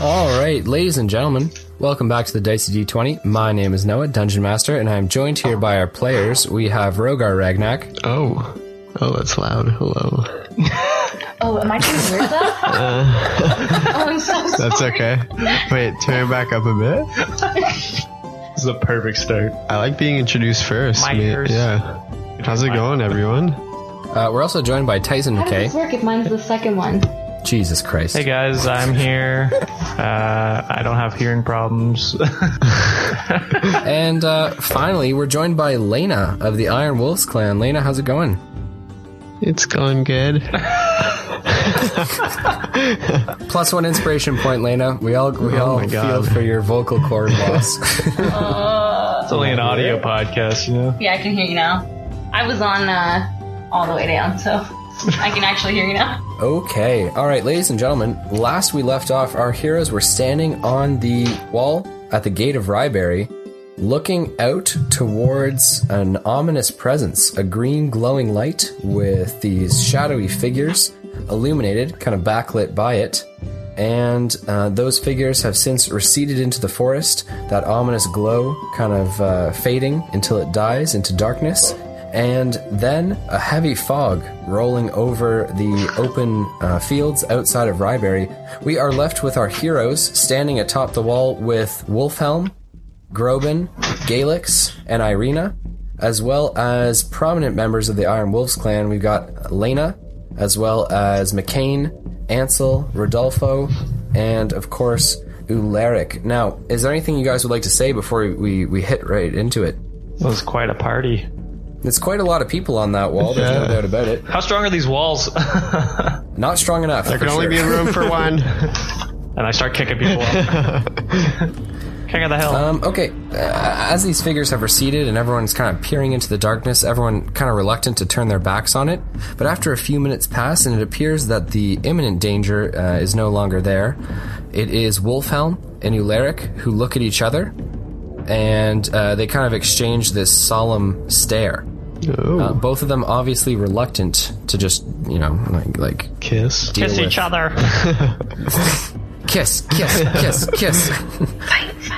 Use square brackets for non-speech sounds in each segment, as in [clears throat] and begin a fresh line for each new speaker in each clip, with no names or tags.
All right, ladies and gentlemen, welcome back to the Dicey D20. My name is Noah, Dungeon Master, and I am joined here by our players. We have Rogar Ragnak.
Oh. Oh, that's loud. Hello.
Oh, am I too weird
[laughs]
though? oh, I'm so sorry.
That's okay. Wait, turn back up a bit.
This is a perfect start.
I like being introduced first.
My
ma-
ears.
Yeah. How's it going, everyone?
Uh, we're also joined by Tyson
How does
McKay.
this work if mine's the second one?
Jesus Christ.
Hey guys, I'm here. Uh, I don't have hearing problems. [laughs]
And uh, finally, we're joined by Lena of the Iron Wolves clan. Lena, how's it going?
It's going good.
Plus one inspiration point, Lena. We all we all
my
feel
God.
for your vocal cord loss.
it's only an audio podcast, you know?
Yeah, I can hear you now. I was on uh, all the way down, so I can actually hear
[laughs]
you now.
Okay. All right, ladies and gentlemen, last we left off, our heroes were standing on the wall at the gate of Ryberry, looking out towards an ominous presence, a green glowing light with these shadowy figures illuminated, kind of backlit by it. And uh, those figures have since receded into the forest, that ominous glow kind of uh, fading until it dies into darkness and then a heavy fog rolling over the open uh, fields outside of Ryberry. We are left with our heroes standing atop the wall with Wolfhelm, Groban, Galix, and Irina, as well as prominent members of the Iron Wolves clan. We've got Lena, as well as McCain, Ansel, Rodolfo, and of course Ularic. Now, is there anything you guys would like to say before we, we hit right into it?
It was quite a party.
It's quite a lot of people on that wall. There's no
Yeah.
doubt about it.
How strong are these walls? [laughs] and
Not strong enough.
There can only be room for one.
I start kicking people off. [laughs] Kick out the hell.
Um, okay, uh, as these figures have receded and everyone's kind of peering into the darkness, everyone kind of reluctant to turn their backs on it. But after a few minutes pass, and it appears that the imminent danger uh, is no longer there, it is Wolfhelm and Ularic who look at each other, and uh, they kind of exchange this solemn stare.
Ooh,
Uh, both of them obviously reluctant to just, you know, like, like
kiss.
deal
Kiss
with-
each other.
kiss, kiss, kiss, kiss.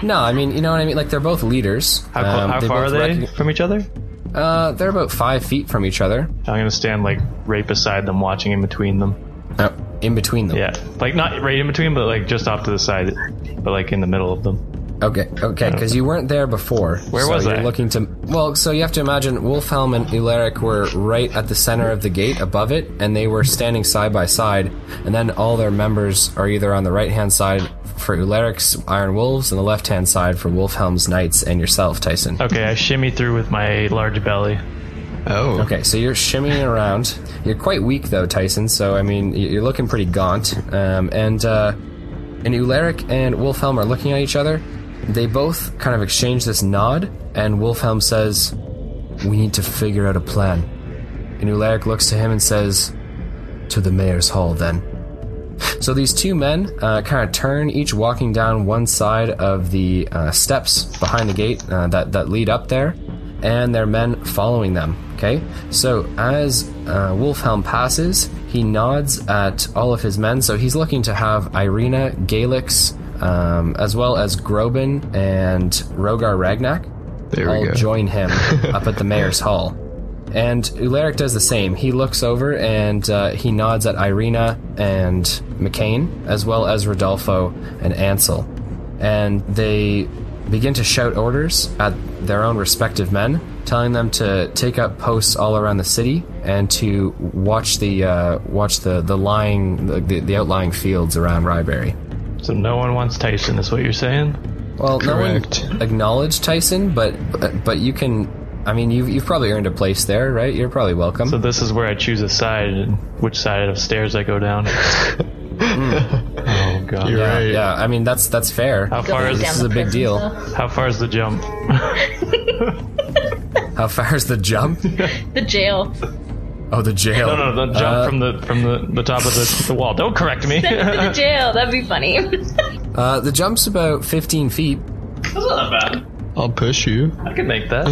no, I mean, you know what I mean. Like they're both leaders.
How, clo-
Um,
how far are
both
they
recogni-
from each other?
uh, they're about five feet from each other,
I'm gonna stand like right beside them, watching in between them.
uh, in between them.
Yeah, like not right in between, but like just off to the side, but like in the middle of them.
Okay, okay, because you weren't there before. Where
was
you're
I?
Looking to well, so you have to imagine Wolfhelm and Ularic were right at the center of the gate above it, and they were standing side by side. And then all their members are either on the right hand side for Ularic's Iron Wolves, and the left hand side for Wolfhelm's Knights and yourself, Tyson.
Okay, I shimmy through with my large belly.
Oh.
Okay, so you're shimmying around. You're quite weak though, Tyson. So I mean, y- you're looking pretty gaunt. Um, and uh, and Ularic and Wolfhelm are looking at each other. They both kind of exchange this nod, and Wolfhelm says, "We need to figure out a plan." And Ularic looks to him and says, "To the mayor's hall, then." So these two men uh, kind of turn, each walking down one side of the uh, steps behind the gate uh, that that lead up there, and their men following them. Okay, so as uh, Wolfhelm passes, he nods at all of his men. So he's looking to have Irina, Galix, um, as well as Groban and Rogar Ragnak
There we
all
go.
join him up at the mayor's hall. And Ularic does the same. He looks over and uh, he nods at Irina and McCain, as well as Rodolfo and Ansel. And they begin to shout orders at their own respective men, telling them to take up posts all around the city and to watch the uh, watch the the lying the, the outlying fields around Ryberry.
So no one wants Tyson, is what you're saying?
Well,
Correct.
no one acknowledged Tyson, but but you can. I mean, you've you've probably earned a place there, right? You're probably welcome.
So this is where I choose a side and which side of stairs I go [laughs] down. Oh god.
You're right.
yeah, I mean that's that's fair.
How far is
Down
this is
the
a big
prison
deal.
stuff.
how far is the jump?
How far is the
[laughs]
jump?
The jail.
Oh, the jail.
No, no, the jump
Uh,
from the from the, the top of the, the wall. Don't correct [laughs] me.
Send it to the
That's
jail. That'd be funny. [laughs]
Uh, the jump's about 15 feet.
not bad.
I'll push you.
I can make that.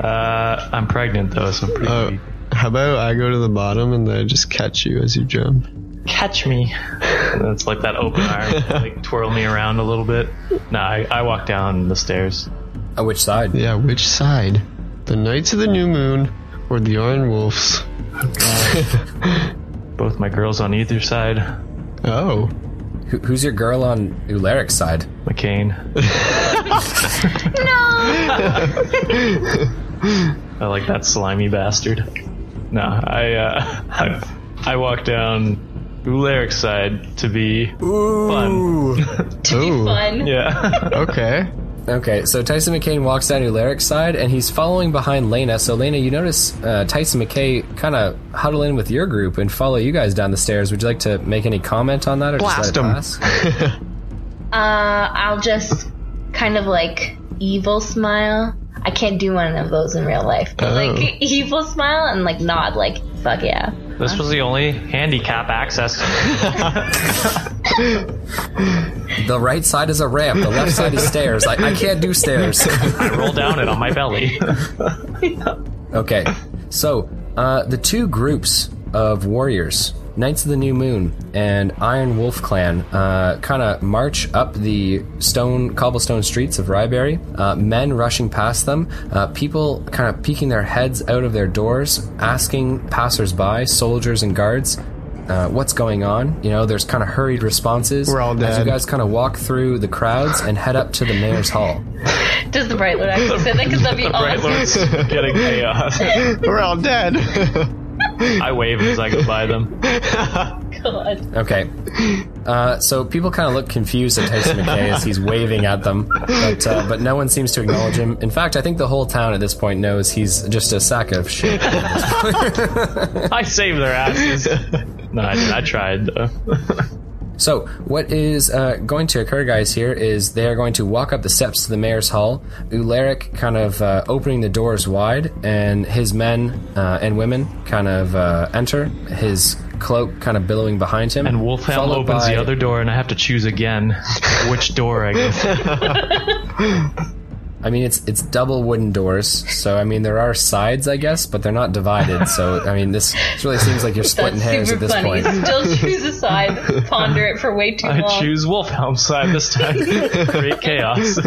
uh, I'm pregnant though, so I'm pretty.
Oh, how about I go to the bottom and then I just catch you as you jump?
Catch me. It's like that open arm, like twirl me around a little bit. Nah, I, I walk down the stairs.
On Uh, which side?
Yeah, which side? The Knights of the New Moon or the Iron Wolves?
Both my girls on either side.
Oh.
Who, who's your girl on Ularic's side?
McCain.
No.
I like that slimy bastard. Nah, I uh, [laughs] I, I walk down Ularic's side to be fun.
Ooh.
Fun.
Yeah. [laughs]
Okay.
Okay, so Tyson McCain walks down Ularic's side, and he's following behind Lena. So Lena, you notice uh, Tyson McKay kind of huddle in with your group and follow you guys down the stairs. Would you like to make any comment on that, or
Blast
just let it pass?
Uh, I'll just kind of like evil smile. I can't do one of those in real life. But
Oh.
like [laughs] evil smile and like nod, like fuck yeah.
This was the only handicap access.
The right side is a ramp. The left side
[laughs]
is stairs. I, I can't do stairs.
I roll down it on my belly. [laughs]
Okay, so uh, the two groups of warriors, Knights of the New Moon and Iron Wolf Clan, uh, kind of march up the stone cobblestone streets of Ryberry. Uh, men rushing past them, uh, people kind of peeking their heads out of their doors, asking passersby, soldiers and guards. Uh, what's going on? You know, there's kind of hurried responses.
We're all
As you
dead.
guys kind of walk through the crowds and head up to the mayor's hall.
Does the
[laughs]
bright lord actually say that? Because that'd be
Right,
awesome.
Lord's getting chaos.
We're all dead. [laughs]
I wave as I go by
[laughs]
them.
God.
Okay. Uh, so people kind of look confused at Tyson McKay as he's waving at them, but uh, but no one seems to acknowledge him. In fact, I think the whole town at this point knows he's just a sack of shit.
I saved their asses. No, I, didn't. I tried though.
So, what is uh, going to occur, guys, here is they are going to walk up the steps to the mayor's hall, Ularic kind of uh, opening the doors wide, and his men uh, and women kind of uh, enter, his cloak kind of billowing behind him.
And Wolfhelm
followed
opens
by-
the other door, and I have to choose again which door I go. through.
I mean, it's it's double wooden doors, so I mean there are sides, I guess, but they're not divided. So I mean, this this really seems like you're splitting
[laughs] That's
hairs
super
at this
funny.
point.
[laughs] Still choose
[laughs]
a side. Ponder it for way too long.
I choose Wolfhelm's side this time. Create chaos.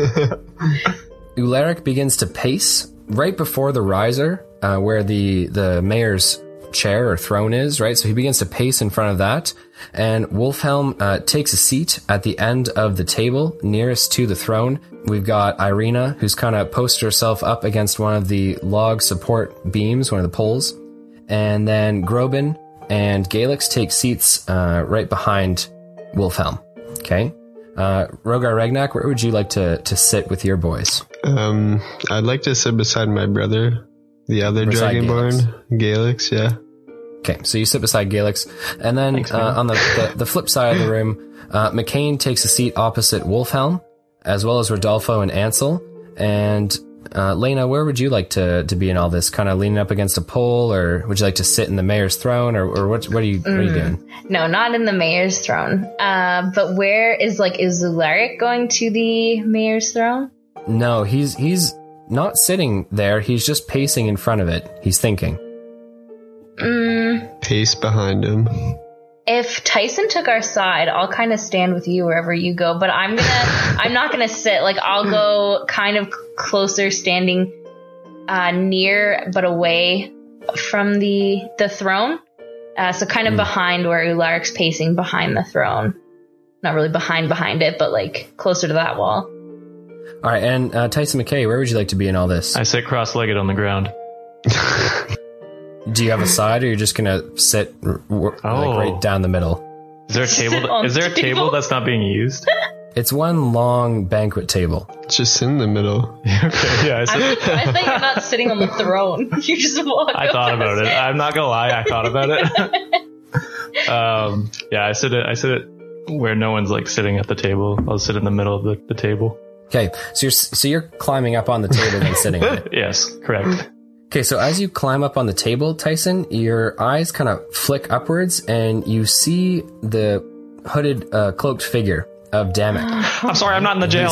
Ularic begins to pace right before the riser, uh, where the the mayor's chair or throne is. Right, so he begins to pace in front of that, and Wolfhelm uh, takes a seat at the end of the table nearest to the throne. We've got Irina, who's kind of posted herself up against one of the log support beams, one of the poles. and then Grobin and Galix take seats uh, right behind Wolfhelm. Okay, uh, Rogar Ragnak, where would you like to to sit with your boys?
um, I'd like to sit beside my brother, the other
Beside
Dragonborn, Galix. Yeah.
Okay, so you sit beside Galix, and then uh, on the, the the flip side of the room, uh, McCain takes a seat opposite Wolfhelm, as well as Rodolfo and Ansel. And uh, Lena, where would you like to to be in all this? Kind of leaning up against a pole, or would you like to sit in the mayor's throne, or, or what? What are you what are you doing?
No, not in the mayor's throne. Uh, but where is like is Zularic going to the mayor's throne?
No, he's he's not sitting there. He's just pacing in front of it. He's thinking.
Mm,
Pace behind him.
if Tyson took our side, I'll kind of stand with you wherever you go. But I'm
[laughs]
gonna, I'm not gonna sit. Like I'll go kind of closer, standing uh, near but away from the the throne. Uh, so kind of
Hmm.
behind where Ularic's pacing behind the throne. Not really behind behind it, but like closer to that
[laughs]
wall.
All right, and uh, Tyson McKay, where would you like to be in all this?
I sit cross-legged on the ground.
Do you have a side, or you're just gonna sit r- w-
Oh.
like right down the middle?
Is there a
Sit
table? that-
[laughs] on
is there a
the table?
table that's not
[laughs]
being used? [laughs]
It's one long banquet table.
Just in the middle.
okay, yeah. I,
I'm
sit,
surprised that you're not sitting on the throne. [laughs] You just walk.
I thought
over.
about it. I'm not gonna lie. I thought about
[laughs]
it. um, yeah, I sit. At, I sit at where no one's like sitting at the table. I'll sit in the middle of the, the table.
Okay, so you're s- so you're climbing up on the table and sitting
[laughs]
on it.
Yes, correct.
Okay, so as you climb up on the table, Tyson, your eyes kind of flick upwards, and you see the hooded, uh, cloaked figure of Damek.
[laughs]
I'm sorry. I'm not in the jail.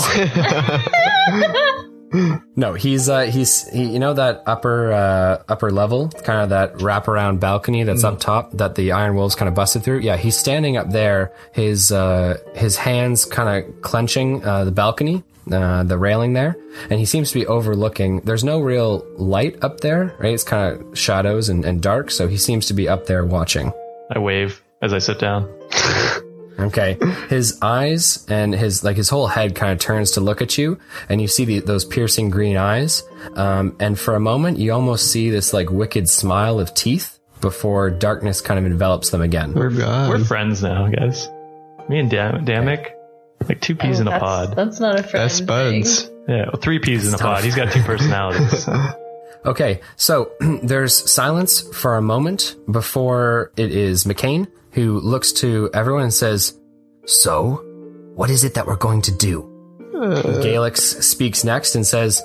No, he's uh, he's he, you know that upper uh, upper level, kind of that wraparound balcony that's up top that the Iron Wolves kind of busted through. Yeah, he's standing up there, his uh, his hands kind of clenching uh, the balcony, uh, the railing there, and he seems to be overlooking. There's no real light up there, right? It's kind of shadows and, and dark, so he seems to be up there watching.
I wave as I sit down.
Okay. His eyes and his like his whole head kind of turns to look at you, and you see the, those piercing green eyes. Um, and for a moment, you almost see this like wicked smile of teeth before darkness kind of envelops them again.
Oh god.
Um,
We're friends now, guys. Me and Dam- Damick, like two peas in a
Oh, that's,
pod.
That's not a friend.
Best buds.
Yeah, well, three peas in a pod. He's got two
[laughs]
personalities.
Okay, so [clears throat] there's silence for a moment before it is McCain who looks to everyone and says, "So, what is it that we're going to do?" Galix speaks next and says,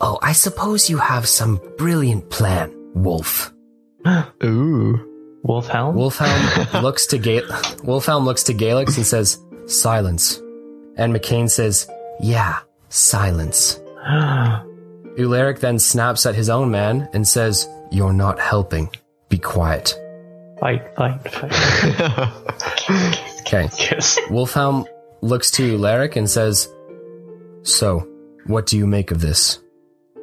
"Oh, I suppose you have some brilliant plan, Wolf."
Ooh.
Wolfhound. [gasps]
Wolfhelm looks to Ga- Wolfhelm looks to Galix and says, "Silence." And McCain says, "Yeah, silence." Ularic then snaps at his own man and says, "You're not helping. Be quiet."
Fight, fight,
[laughs]
fight.
Okay.
Kiss.
Wolfhelm looks to Ularic and says, So, what do you make of this?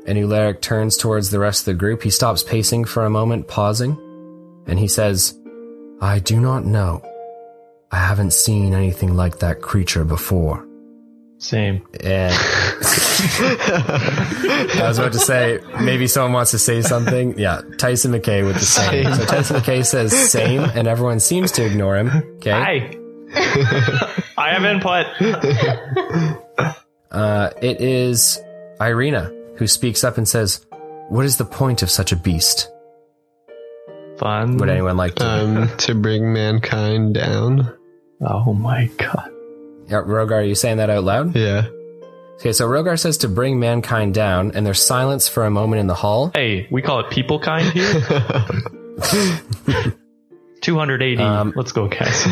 And Ularic turns towards the rest of the group. He stops pacing for a moment, pausing, and he says, I do not know. I haven't seen anything like that creature before.
Same.
And I was about to say, maybe someone wants to say something. Yeah, Tyson McKay with the same.
Same.
So Tyson McKay says same, and everyone seems to ignore him. Okay.
Hi. [laughs] I have input.
Uh, it is Irina who speaks up and says, "What is the point of such a beast?
Fun.
Would anyone like to?"
um, to bring mankind down.
Oh my god.
Yeah, Rogar, are you saying that out loud?
Yeah. [laughs]
Okay, so Rogar says to bring mankind down, and there's silence for a moment in the hall.
Hey, we call it people kind [laughs] here. 280.
Um,
Let's go, guys.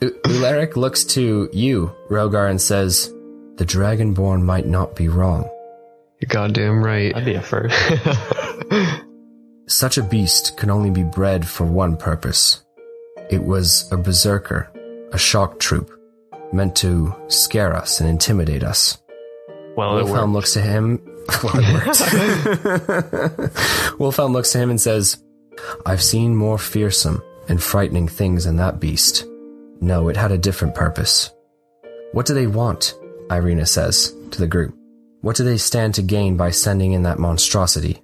U- Ularic looks to you, Rogar, and says, "The Dragonborn might not be wrong.
You're goddamn right.
I'd be a first. [laughs]
Such a beast can only be bred for one purpose. It was a berserker, a shock troop, meant to scare us and intimidate us."
Well, it
Wolfhelm
worked.
looks to him. Well, it worked. [laughs] Wolfhelm looks to him and says, I've seen more fearsome and frightening things than that beast. No, it had a different purpose. What do they want? Irina says to the group. What do they stand to gain by sending in that monstrosity?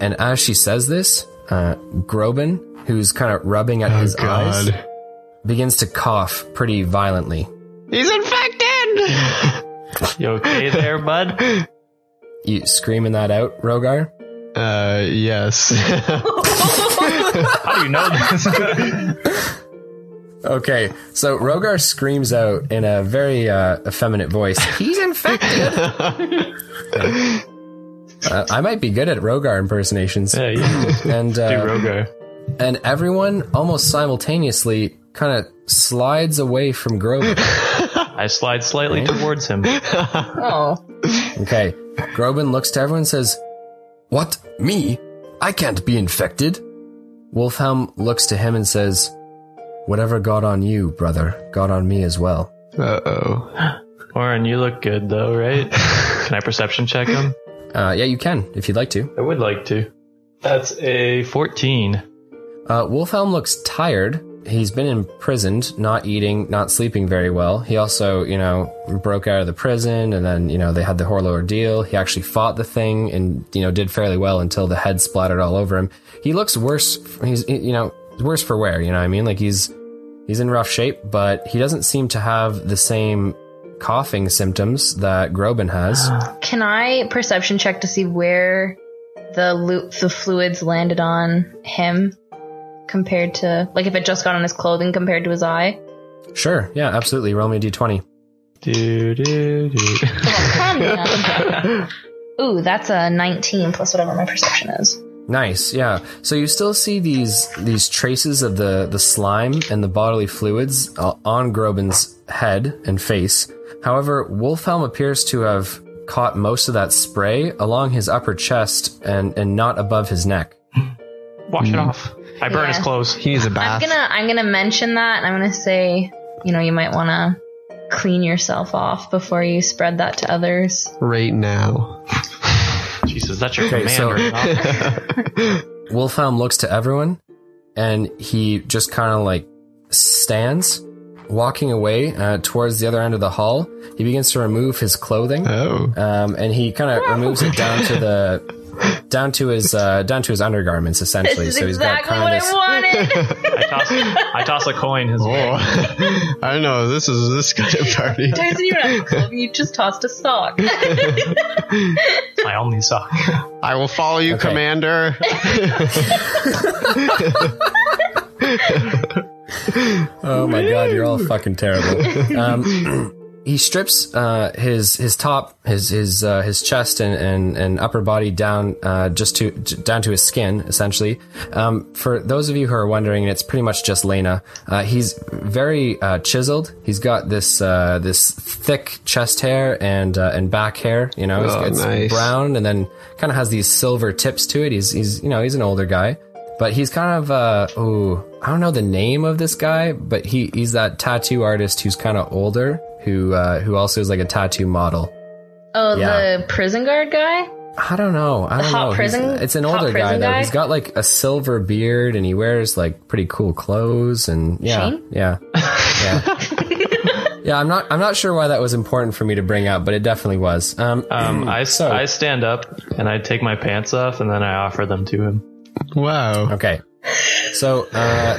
And as she says this, uh, Groban, who's kind of rubbing at his eyes,
Oh, God.
begins to cough pretty violently.
He's infected! [laughs]
You okay there, bud?
You screaming that out, Rogar?
Uh, yes. [laughs]
How do you know this?
Okay, so Rogar screams out in a very uh, effeminate
[laughs]
voice. He's infected. uh, I might be good at Rogar impersonations,
[laughs] yeah, you [laughs] can just
and
do
uh,
Rogar.
and everyone almost simultaneously kind of slides away from
[laughs]
Groban.
I slide slightly towards him.
Oh,
Okay, Groban looks to everyone and says, "What me? I can't be infected." Wolfhelm looks to him and says, "Whatever got on you, brother, got on me as well."
uh oh.
Oren, you look good though, right? Can I perception check him?
Uh, yeah, you can if you'd like to.
I would like to. That's a 14.
Uh, Wolfhelm looks tired. He's been imprisoned, not eating, not sleeping very well. He also, you know, broke out of the prison, and then, you know, they had the Horlo ordeal. He actually fought the thing, and you know, did fairly well until the head splattered all over him. He looks worse. He's, you know, worse for wear. You know, what I mean, like he's he's in rough shape, but he doesn't seem to have the same coughing symptoms that Groban has.
can I perception check to see where the loop, the fluids landed on him compared to like if it just got on his clothing compared to his eye?
[laughs] sure, yeah, absolutely. Roll me a d20.
Do, do, do.
Come on. Ooh, that's a 19 plus whatever my perception is.
Nice, yeah. So you still see these these traces of the the slime and the bodily fluids uh, on Groban's head and face. However, Wolfhelm appears to have caught most of that spray along his upper chest and, and not above his neck.
Wash it off. Hmm. I burn his
Yeah.
clothes.
He needs a
I'm
bath.
gonna I'm gonna mention that and I'm gonna say, you know, you might wanna clean yourself off before you spread that to others.
right now.
Jesus, that's your
Okay,
command
so-
right now.
Wilhelm looks to everyone and he just kind of like stands, walking away uh, towards the other end of the hall. He begins to remove his clothing.
Oh.
um, and he kind of removes it down to the down to his uh, down to his undergarments
This
essentially.
is
so he's got
exactly what
kind of
I
this, [laughs]
wanted.
I toss, I toss a coin his
Oh. [laughs]
way.
I don't know. This is this kind
[laughs]
of party.
Tyson, you don't have clothing, you just tossed a sock.
It's my only sock.
I will follow you,
Okay.
Commander.
oh my god, you're all fucking terrible. [laughs] Um, he strips uh, his his top, his his uh, his chest and, and, and upper body down uh, just to j- down to his skin essentially. Um, for those of you who are wondering, it's pretty much just Lena. Uh, he's very uh, chiseled. He's got this uh, this thick chest hair and uh, and back hair. You know,
Oh,
it's, it's
nice.
brown. brown and then kind of has these silver tips to it. He's he's you know he's an older guy, but he's kind of uh oh I don't know the name of this guy, but he he's that tattoo artist who's kind of older who uh, who also is like a tattoo model.
Oh,
Yeah.
the prison guard guy?
I don't know. I don't
hot
know. He's- uh,
prison-
it's an
hot
older guy
prison
though.
guy?
He's got like a silver beard and he wears like pretty cool clothes and yeah,
Shane?
yeah,
[laughs]
yeah. Yeah, I'm not. I'm not sure why that was important for me to bring up, but it definitely was. Um,
Um, I, s-
So-
I stand up and I take my pants off and then I offer them to him.
Wow.
okay, so uh,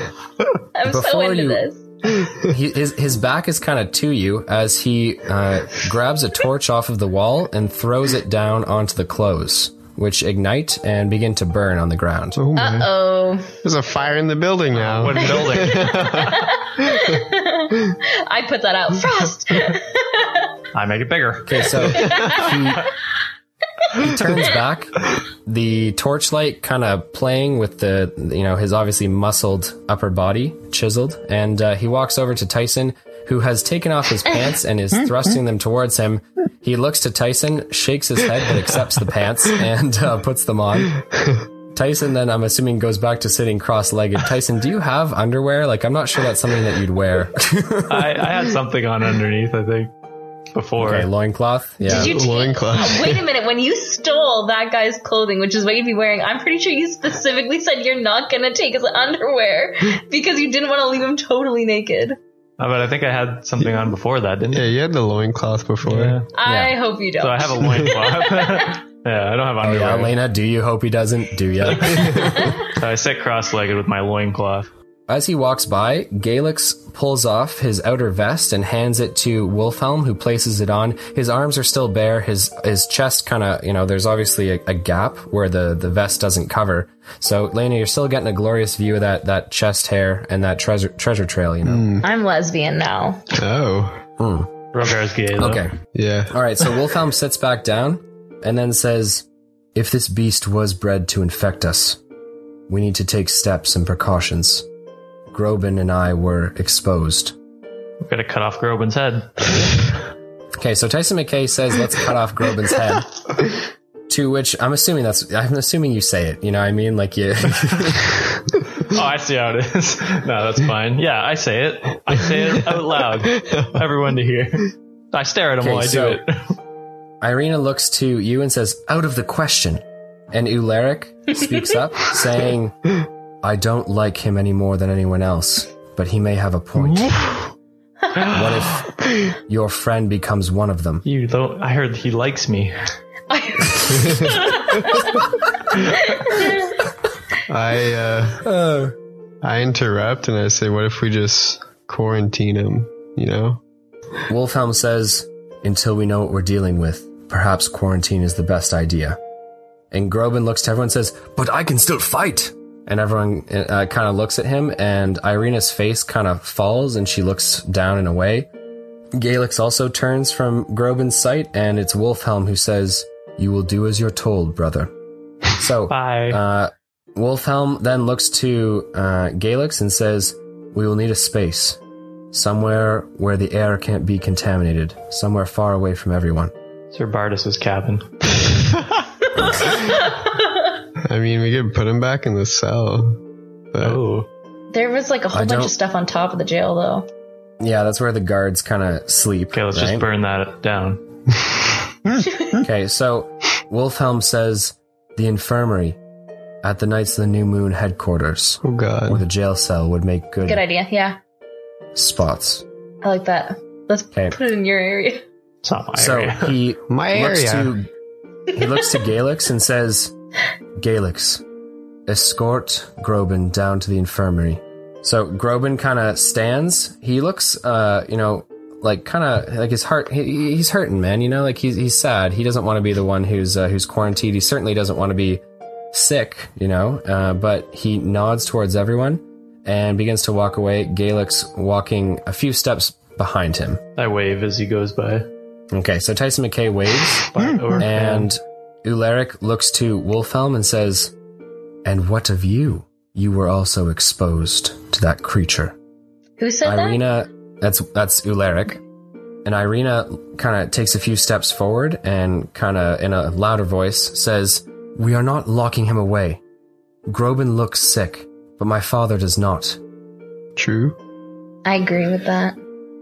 I'm so
Before
into
you-
this.
he, his his back is kind of to you as he uh, grabs a torch off of the wall and throws it down onto the clothes, which ignite and begin to burn on the ground.
Oh my.
Uh
Uh-huh.
oh.
There's a fire in the building now.
What [laughs] building?
I put
[laughs]
that out. Frost!
I make it bigger.
Okay, so he, he turns back, the torchlight kind of playing with the you know his obviously muscled upper body, chiseled, and uh, he walks over to Tyson, who has taken off his pants and is thrusting them towards him. He looks to Tyson, shakes his head, but accepts the pants and uh, puts them on. Tyson then, I'm assuming, goes back to sitting cross-legged. Tyson, do you have underwear? Like, I'm not sure that's something that you'd wear.
I, I had something on underneath, I think, before.
okay, loincloth. Yeah.
Did you take-
Loincloth.
Wait a minute, when you stole that guy's clothing, which is what you'd be wearing, I'm pretty sure you specifically said you're not gonna take
[laughs]
his underwear because you didn't want to leave him totally naked.
Uh, but I think I had something on before that, didn't
Yeah,
I?
you had the loincloth before.
Yeah.
I hope you don't.
So I have a
[laughs]
loincloth. [laughs] yeah, I don't have
yeah,
underwear.
Elena, do you hope he doesn't? Do you?
so I sit cross-legged with my loincloth.
As he walks by, Galix pulls off his outer vest and hands it to Wolfhelm, who places it on. His arms are still bare. His his chest kind of, you know, there's obviously a, a gap where the, the vest doesn't cover. So, Lena, you're still getting a glorious view of that, that chest hair and that treasure treasure trail, you know. Hmm.
I'm lesbian now.
Oh.
Rogar's gay. though.
Okay.
Yeah.
All right, so Wolfhelm sits back down and then says, If this beast was bred to infect us, we need to take steps and precautions. Groben and I were exposed.
We're gonna cut off Groban's head.
Okay, so Tyson McKay says, "Let's cut off Groban's head." to which I'm assuming that's I'm assuming you say it. You know, what I mean, like you. [laughs]
Oh, I see how it is. [laughs] no, that's fine. Yeah, I say it. I say it
[laughs]
out loud. Everyone to hear. I stare at him
Okay,
while I
so-
do it. [laughs]
Irina looks to you and says, "Out of the question." And Ularic speaks up, saying, "I don't like him any more than anyone else, but he may have a point. what if your friend becomes one of them?"
You don't. I heard he likes me.
I uh I interrupt and I say, What if we just quarantine him? You know?
Wolfhelm says, Until we know what we're dealing with, perhaps quarantine is the best idea. And Groban looks to everyone and says, But I can still fight! And everyone uh, kind of looks at him, and Irina's face kind of falls and she looks down and away. Galix also turns from Groban's sight, and it's Wolfhelm who says, You will do as you're told, brother. So,
Bye.
uh, Wolfhelm then looks to uh, Galix and says, We will need a space. Somewhere where the air can't be contaminated. Somewhere far away from everyone.
Sir Bardas's cabin.
[laughs]
I mean, we could put him back in the cell. But
Oh,
[laughs] There was like a whole
I
bunch
don't-
of stuff on top of the jail, though.
Yeah, that's where the guards kind of sleep.
okay, let's
right?
just burn that down.
Okay, so Wolfhelm says the infirmary at the Knights of the New Moon headquarters or
oh
the
god,
jail cell would make good,
Good idea. Yeah,
spots.
I like that. Let's
Okay.
put it in your area.
It's not my
So
area.
he
my
looks
area.
to he looks to Galix and says, "Galix, escort Groban down to the infirmary." So Groban kind of stands. He looks, uh, you know, like kind of like his heart. He, he's hurting, man. You know, like he's he's sad. He doesn't want to be the one who's uh, who's quarantined. He certainly doesn't want to be sick. You know, uh, but he nods towards everyone and begins to walk away. Galix walking a few steps behind him.
I wave as he goes by.
Okay, so Tyson McKay waves.
By over-
hmm, And Ularic looks to Wolfhelm and says, And what of you? You were also exposed to that creature.
Who said that?
Irina, that's that's Ularic. And Irina kind of takes a few steps forward and kind of in a louder voice says, "We are not locking him away. Groban looks sick, but my father does not."
True.
I agree with that.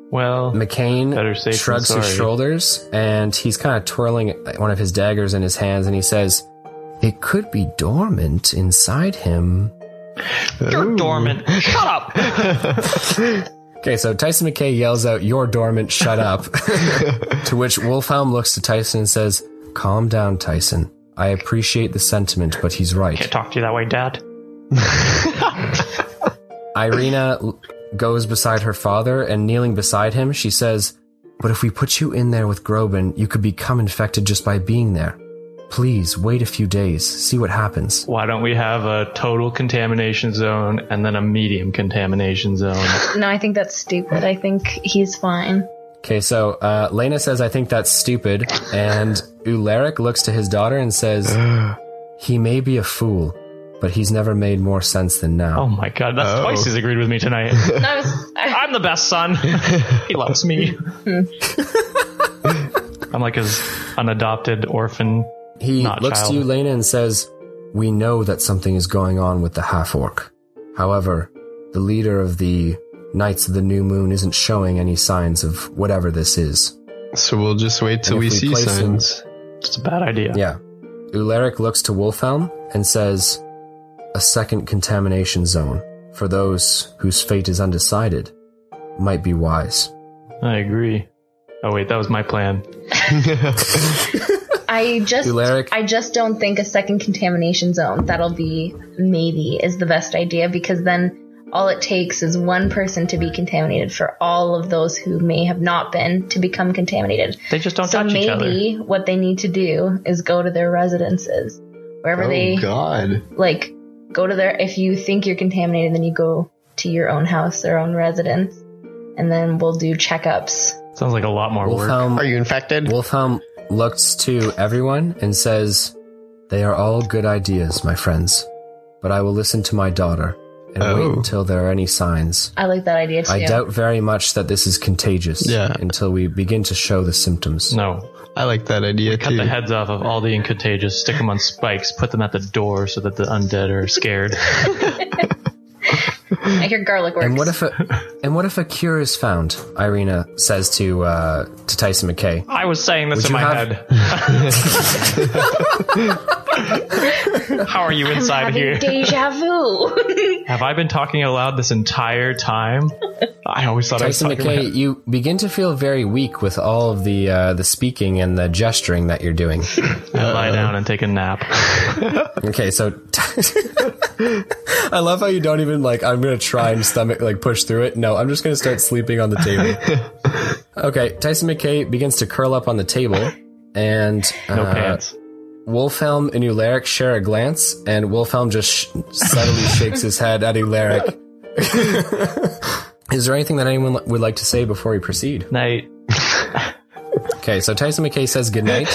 well,
McCain
Better safe than
shrugs his
sorry.
shoulders and he's kind of twirling one of his daggers in his hands and he says, It could be dormant inside him.
Ooh.
[laughs]
Shut up.
Okay, so Tyson McKay yells out, You're dormant, shut
[laughs]
up. [laughs] to which Wolfhelm looks to Tyson and says, Calm down, Tyson. I appreciate the sentiment, but he's right.
Talk to you that way, Dad.
Irina l- goes beside her father and kneeling beside him, she says, But if we put you in there with Groban, you could become infected just by being there. Please wait a few days, see what happens.
Why don't we have a total contamination zone and then a medium
[laughs]
contamination zone?
No, I think that's stupid. I think he's fine.
Okay, so uh, Lena says, I think that's stupid. And Ularic looks to his daughter and says, He may be a fool, but he's never made more sense than
Oh
now.
my god, that's
Oh.
twice he's agreed with me tonight.
No, I was, I,
I'm the best son. he loves
[laughs]
me. I'm like his unadopted orphan.
he
not
looks
child.
to you, Lena, and says, We know that something is going on with the half orc. However, the leader of the Knights of the New Moon isn't showing any signs of whatever this is.
[laughs] so we'll just wait till
And
we,
if we
see
place him-
signs. [laughs]
It's a bad idea.
Yeah. Ularic looks to Wolfhelm and says, A second contamination zone for those whose fate is undecided might be wise.
I agree. Oh wait, that was my plan.
I just,
Ularic.
I just don't think a second contamination zone that'll be maybe is the best idea because then all it takes is one person to be contaminated for all of those who may have not been to become contaminated.
They just don't
so
touch each other.
maybe what they need to do is go to their residences wherever they
oh god.
like go to their if you think you're contaminated then you go to your own house their own residence and then we'll do checkups
Sounds like a lot more work.
Wolfhelm,
you infected?
Wolfhelm looks to everyone and says, They are all good ideas, my friends, but I will listen to my daughter and
Oh.
wait until there are any signs.
i like that idea too
I doubt very much that this is contagious
Yeah.
until we begin to show the symptoms.
No,
I like that idea
cut
too.
the heads off of all the incontagious, stick them on spikes, put them at the door so that the undead are scared.
i hear garlic works
And what if a and what if a cure is found? Irina says to uh, to Tyson McKay.
I was saying this
Would
in
you [laughs]
my
have-
head. How are you
I'm
inside
having
here? [laughs]
deja vu [laughs]
Have I been talking aloud this entire time? I always thought
Tyson
I was talking.
McKay, you begin to feel very weak with all of the uh, the speaking and the gesturing that you're doing.
I lie down and take
[laughs]
a nap.
Okay, so [laughs] I love how you don't even like. I'm gonna try and stomach like push through it. No, I'm just gonna start sleeping on the table.
[laughs]
Okay, Tyson McKay begins to curl up on the table, and
No
uh,
pants.
Wolfhelm and Ularic share a glance, and Wolfhelm just sh-
[laughs]
subtly shakes his head at Ularic. [laughs] Is there anything that anyone li- would like to say before we proceed?
Night.
Okay, so Tyson McKay says goodnight,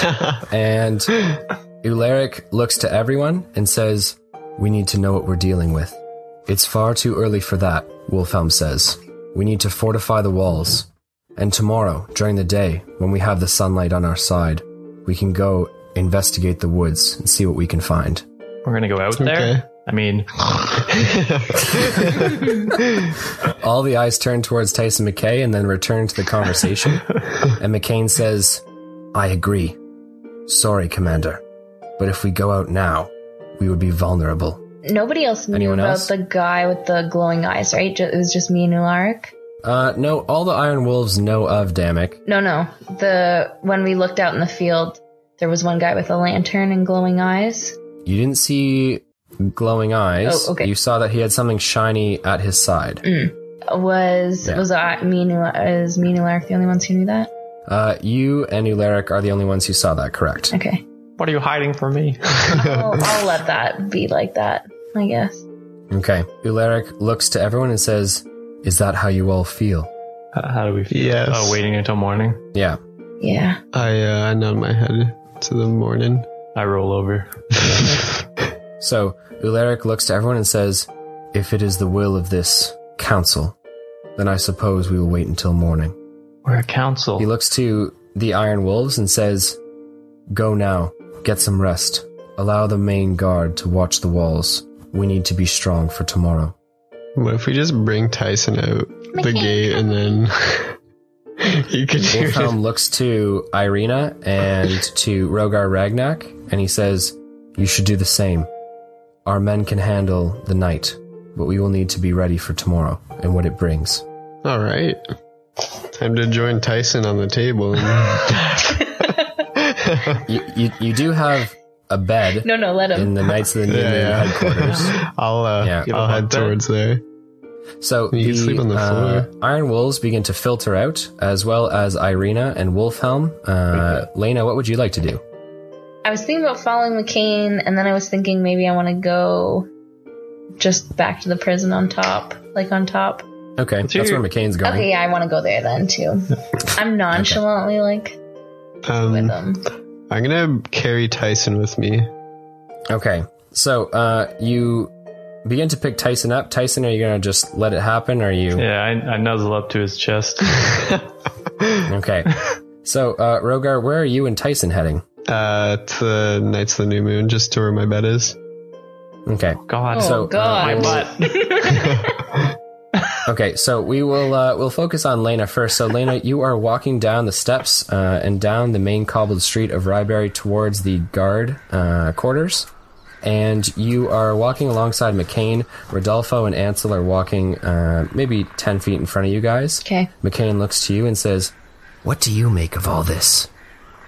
and Ularic looks to everyone and says, We need to know what we're dealing with. It's far too early for that, Wolfhelm says. We need to fortify the walls. And tomorrow, during the day, when we have the sunlight on our side, we can go investigate the woods and see what we can find.
We're gonna go out
Okay.
there. I mean,
[laughs]
All the eyes turn towards Tyson McKay and then return to the conversation. and McCain says, I agree. Sorry, Commander. But if we go out now, we would be vulnerable.
Nobody else knew
Anyone
about
else?
the guy with the glowing eyes, right? Ju- It was just me and Ularic.
Uh, no, all the Iron Wolves know of Damek.
No, no. The when we looked out in the field, there was one guy with a lantern and glowing eyes.
You didn't see glowing eyes.
Oh, okay.
You saw that he had something shiny at his side.
Was
Yeah.
was I, me and Ula- is me and Ularic the only ones who knew that?
Uh, you and Ularic are the only ones who saw that, correct?
Okay,
what are you hiding from me?
[laughs]
I'll, I'll let that be like that. I guess.
Okay. Ularic looks to everyone and says, Is that how you all feel?
How- How do we feel?
Yes.
Oh, waiting until morning.
Yeah.
Yeah.
I uh, I nod my head to the morning. [laughs]
I roll over.
So Ularic looks to everyone and says, If it is the will of this council, then I suppose we will wait until morning.
We're a council. [laughs]
He looks to the Iron Wolves and says, Go now, get some rest. Allow the main guard to watch the walls. We need to be strong for tomorrow.
What if we just bring Tyson out the gate and then [laughs] he could hear
Wolfhelm
it?
looks to Irina and to Rogar Ragnak and he says, You should do the same. Our men can handle the night, but we will need to be ready for tomorrow and what it brings.
All right, time to join Tyson on the [laughs] table. And
you, you, you do have a bed
No, no. Let him.
in the Knights of the New Moon
[laughs] Yeah, yeah.
headquarters.
I'll uh,
Yeah.
I'll head towards there.
So
You
the,
can sleep on the
uh,
floor.
Iron Wolves begin to filter out, as well as Irina and Wolfhelm. Uh, Lena, what would you like to do?
I was thinking about following McCain, and then I was thinking maybe I want to go just back to the prison on top, like on top.
Okay, that's
your-
where McCain's going.
Okay, yeah, I want to go there
[laughs]
then too. I'm nonchalantly like with
Mm.
Um,
them.
I'm gonna carry Tyson with me.
Okay, so uh, you begin to pick Tyson up. Tyson, are you going to just let it happen? Or are you
yeah, I, I nuzzle up to his
[laughs]
chest.
okay? So uh, Rogar, where are you and Tyson heading?
Uh, to the Knights of the New Moon, just to where my bed is.
Okay,
God,
Oh
so, uh,
God!
I
but
Okay, so we will uh, we'll focus on Lena first. So Lena, you are walking down the steps uh, and down the main cobbled street of Ryberry towards the guard uh, quarters, and you are walking alongside McCain. Rodolfo and Ansel are walking uh, maybe ten feet in front of you guys.
okay,
McCain looks to you and says, "What do you make of all this?"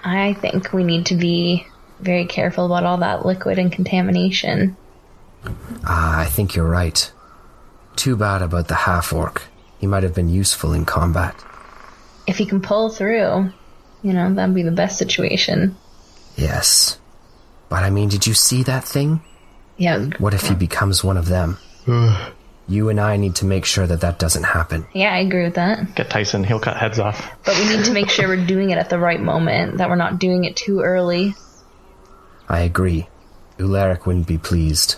I think we need to be very careful about all that liquid and contamination.
Ah, I think you're right. Too bad about the half orc. He might have been useful in combat.
If he can pull through, you know that'd be the best situation.
Yes, but I mean, did you see that thing?
Yeah,
What if he becomes one of them?
Ugh.
You and I need to make sure that that doesn't happen.
yeah, I agree with that.
get Tyson. He'll cut heads off.
But we need to make sure we're doing it at the right moment, that we're not doing it
[laughs]
too early.
I agree. Ularic wouldn't be pleased.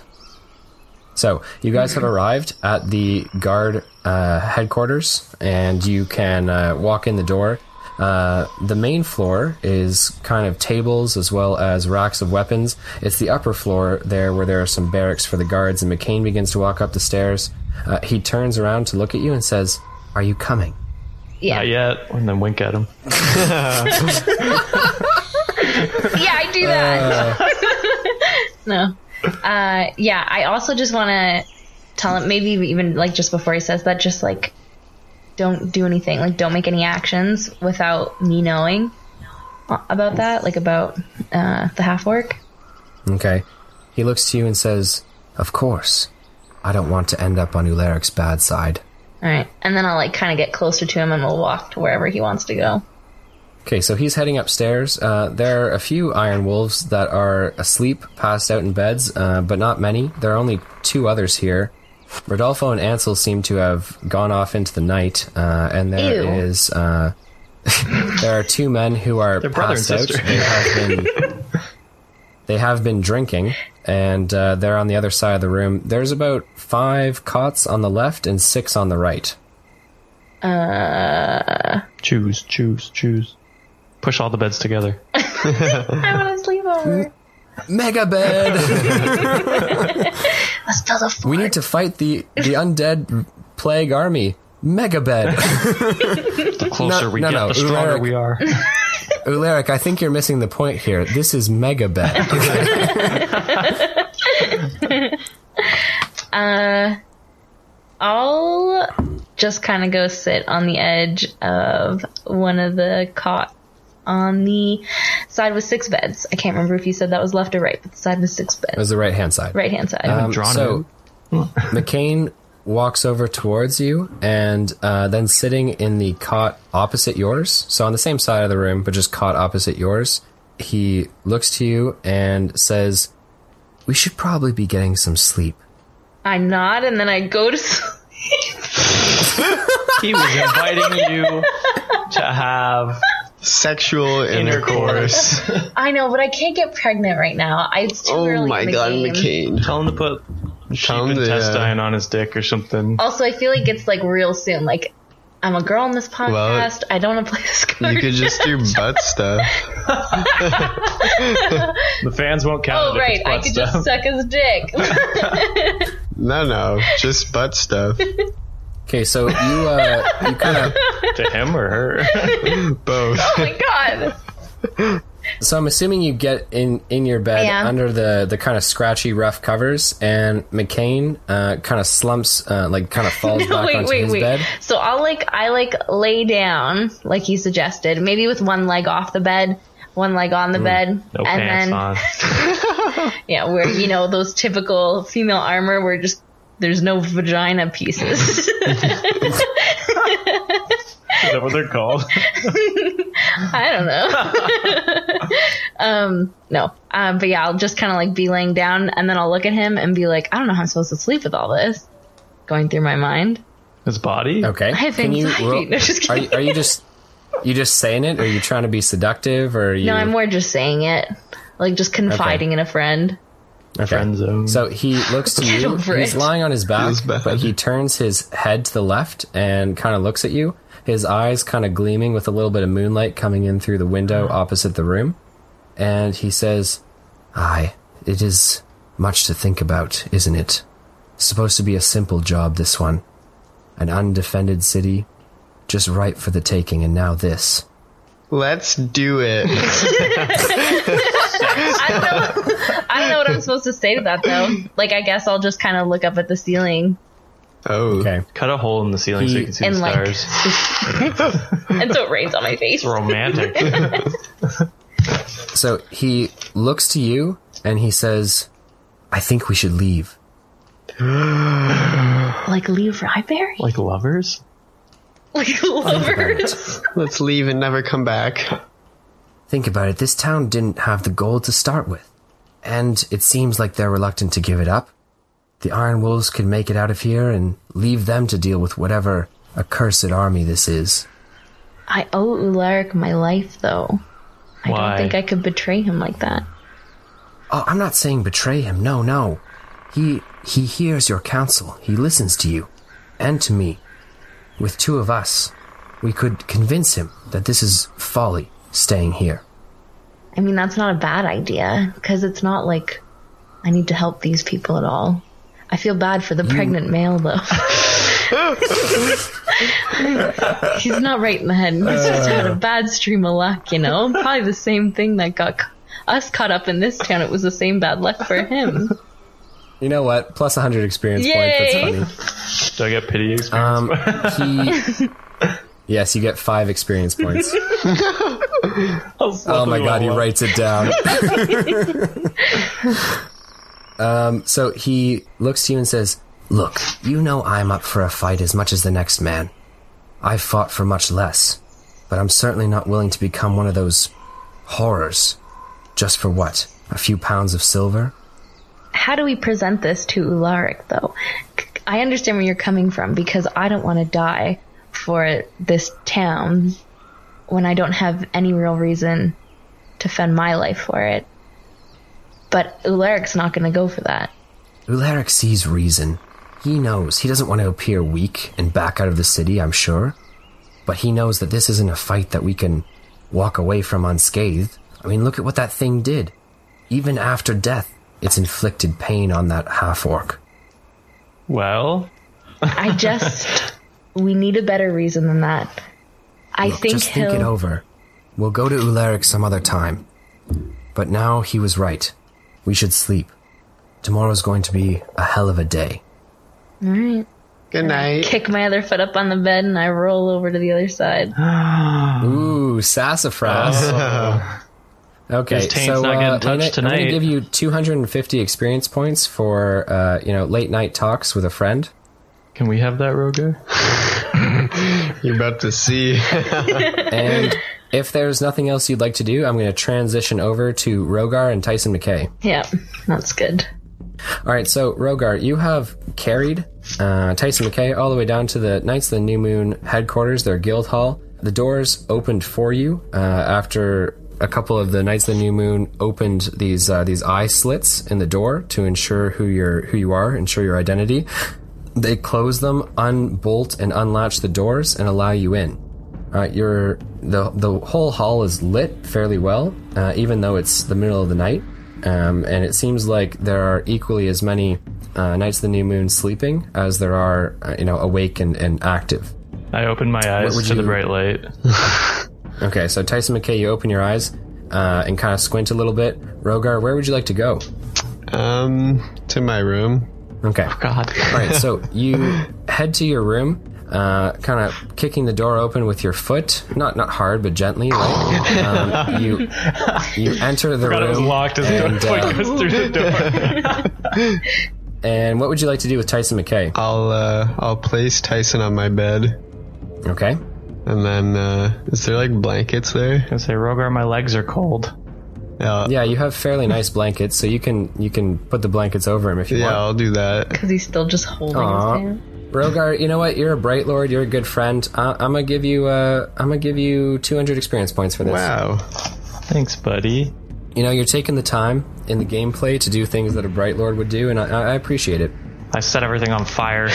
So, you guys have arrived at the guard uh, headquarters, and you can uh, walk in the door. Uh, the main floor is kind of tables as well as racks of weapons. It's the upper floor there where there are some barracks for the guards, and McCain begins to walk up the stairs. Uh, he turns around to look at you and says, Are you coming?
Yeah.
Uh,
Not yet. And then wink at him.
Yeah, I do that. [laughs] no. Uh, yeah, I also just want to tell him, maybe even like just before he says that, just like don't do anything. Like don't make any actions without me knowing about that, like about uh, the half work.
Okay. He looks to you and says, Of course. I don't want to end up on Ularic's bad side.
All right. And then I'll like kind of get closer to him and we'll walk to wherever he wants to go.
Okay, so he's heading upstairs. Uh, there are a few iron wolves that are asleep, passed out in beds, uh, but not many. There are only two others here. Rodolfo and Ansel seem to have gone off into the night, uh, and there is
Ew.
uh, [laughs] there are two men who are
brother and
passed out.
sister.
They have been
[laughs]
they have been drinking, and uh, they're on the other side of the room. There's about five cots on the left and six on the right.
Choose, choose, choose. Push all the beds together.
I want to sleepover.
Mega bed.
Let's build a fort.
we need to fight the the undead plague army. Mega bed.
The closer
No,
we
no,
get,
no,
the stronger
Ularic.
we are.
Ularic, I think you're missing the point here. This is mega bed.
I'll just kind of go sit on the edge of one of the cot on the side with six beds. I can't remember if you said that was left or right, but the side with six beds.
That's the right hand side.
Right hand side.
Um,
drawn
so McCain walks over towards you and uh, then sitting in the cot opposite yours, so on the same side of the room, but just cot opposite yours, he looks to you and says, We should probably be getting some sleep.
I nod and then I go to sleep.
He was inviting you to have.
Sexual intercourse.
[laughs] I know, but I can't get pregnant right now. I, it's too
oh
early
my
in the
god,
game.
McCain.
Tell him to put sheep
Tell him to, uh,
intestine on his dick or something.
Also, I feel like it's like real soon. Like, I'm a girl in this
Well,
podcast. I don't want to play this [laughs] card.
You could just do butt stuff.
The fans won't
[laughs]
oh
count it if
right,
it's
I
butt
could
stuff.
just suck his dick. [laughs]
No, no, just butt stuff.
Okay, so you uh, you kind of
to him
[laughs]
or her.
Both. [laughs]
oh my god.
So I'm assuming you get in in your bed
Yeah.
under the the kind of scratchy, rough covers, and McCain uh, kind of slumps, uh, like
[laughs]
kind of falls
No,
back
wait,
onto
wait,
his
wait.
bed.
So I'll like I like lay down like he suggested, maybe with one leg off the bed, one leg on
Mm,
the bed,
No
and
pants
then
on. [laughs]
yeah, where you know those typical female armor where just there's no vagina pieces. [laughs]
Is that what they're called?
I don't know.
[laughs]
um, no. Um, but yeah, I'll just kind of like be laying down and then I'll look at him and be like, I don't know how I'm supposed to sleep with all this going through my mind.
His body?
Okay,
I have
Can you
anxiety.
roll-
No, just
are,
kidding.
you, are you just you just saying it? Or are you trying to be seductive? Or are you?
No, I'm more just saying it, like just confiding in a friend.
okay.
Friend zone.
So he looks to you.
over
He's
it.
lying on his back,
Feels bad.
but he turns his head to the left and kind of looks at you. His eyes kind of gleaming with a little bit of moonlight coming in through the window opposite the room. And he says, Aye, it is much to think about, isn't it? Supposed to be a simple job, this one. An undefended city, just ripe for the taking, and now this.
Let's do it.
I don't know. I don't know what I'm supposed to say to that though. Like, I guess I'll just kind of look up at the ceiling
Oh.
Okay.
Cut a hole in the ceiling so
He-
you can see
and
the
like,
stars.
[laughs] and so it rains on my face.
Romantic.
[laughs]
So he looks to you and he says, I think we should leave.
Like Lee Ryberry,
like lovers?
like lovers.
Let's leave and never come back.
Think about it, this town didn't have the gold to start with. And it seems like they're reluctant to give it up. The Iron Wolves could make it out of here and leave them to deal with whatever accursed army this is.
I owe Ularic my life though. I
Why?
don't think I could betray him like that.
Oh, I'm not saying betray him, no, no. He he hears your counsel, he listens to you, and to me. With two of us, we could convince him that this is folly staying here.
I mean, that's not a bad idea because it's not like I need to help these people at all. I feel bad for the pregnant male though. [laughs] He's not right in the head. He's just had a bad stream of luck, you know. Probably the same thing that got ca- us caught up in this town. It was the same bad luck for him.
You know what? Plus 100 experience
Yay!
Do I get pity experience?
Um, he. [laughs] yes, you get five experience points. oh my god, he writes it down. [laughs] um, so he looks to you and says, "Look, you know I'm up for a fight as much as the next man. I've fought for much less, but I'm certainly not willing to become one of those horrors. Just for what? A few pounds of silver?
How do we present this to Ularic though? C- I understand where you're coming from because I don't want to die for this town when I don't have any real reason to fend my life for it. But Ularic's not going to go for that.
Ularic sees reason. He knows he doesn't want to appear weak and back out of the city, I'm sure. But he knows that this isn't a fight that we can walk away from unscathed. I mean, look at what that thing did. Even after death, it's inflicted pain on that half orc. [laughs]
Well,
I just we need a better reason than that. I think
Just
he'll
think it over. We'll go to Ularic some other time. But now he was right. We should sleep. Tomorrow's going to be a hell of a day.
Good night.
kick my other foot up on the bed and I roll over to the other side.
Ooh, sassafras. okay,
His taint's
so
not getting
uh, I'm
touched
gonna- I'm going
tonight.
to give you 250 experience points for uh, you know late night talks with a friend.
[laughs] can we have that, Roger?
You're about to see.
And if there's nothing else you'd like to do, I'm going to transition over to Rogar and Tyson McKay.
Yeah, that's good.
All right, so Rogar, you have carried uh, Tyson McKay all the way down to the Knights of the New Moon headquarters, their guild hall. The doors opened for you uh, after a couple of the Knights of the New Moon opened these uh, these eye slits in the door to ensure who you're who you are, ensure your identity. They close them, unbolt and unlatch the doors, and allow you in. Uh, your the the whole hall is lit fairly well, uh, even though it's the middle of the night, um, and it seems like there are equally as many uh, Knights of the New Moon sleeping as there are, uh, you know, awake and, and active.
I open my eyes
would
to the
you-
bright light.
Okay, so Tyson McKay, you open your eyes uh, and kind of squint a little bit. Rogar, where would you like to go?
Um, to my room.
Okay.
[laughs]
God.
All right, so you head to your room, uh, kind of kicking the door open with your foot, not not hard, but gently. Right? um, you you enter the
God, it was
room,
locked as the [laughs]
And, uh,
door goes through the door.
and what would you like to do with Tyson McKay?
I'll uh, I'll place Tyson on my bed,
Okay,
and then uh, is there like blankets there?
I say, Rogar, my legs are cold.
Uh,
yeah, you have fairly nice blankets, so you can you can put the blankets over him if you
Yeah,
want.
I'll do that.
Because he's still just holding
Aw.
his hand.
Rogar, you know what? You're a bright lord. You're a good friend. I- I'm gonna give you uh, I'm gonna give you 200 experience points for this.
Wow.
Thanks, buddy.
You know, you're taking the time in the gameplay to do things that a bright lord would do, and I, I appreciate it.
I set everything
[laughs]
on fire.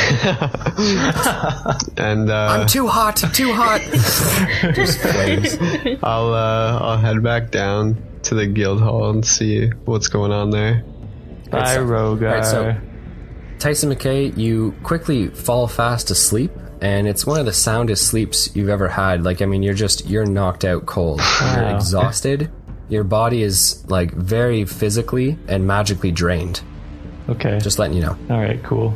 And uh,
Too hot, too hot. Just flames.
I'll uh, I'll head back down to the guild hall and see what's going on there.
Bye, Rogar.
Alright, so- Tyson McKay, you quickly fall fast asleep, and it's one of the soundest sleeps you've ever had. Like, I mean, you're just you're knocked out cold. You're
Wow.
exhausted. Your body is like very physically and magically drained.
okay.
Just letting you know.
All right, cool.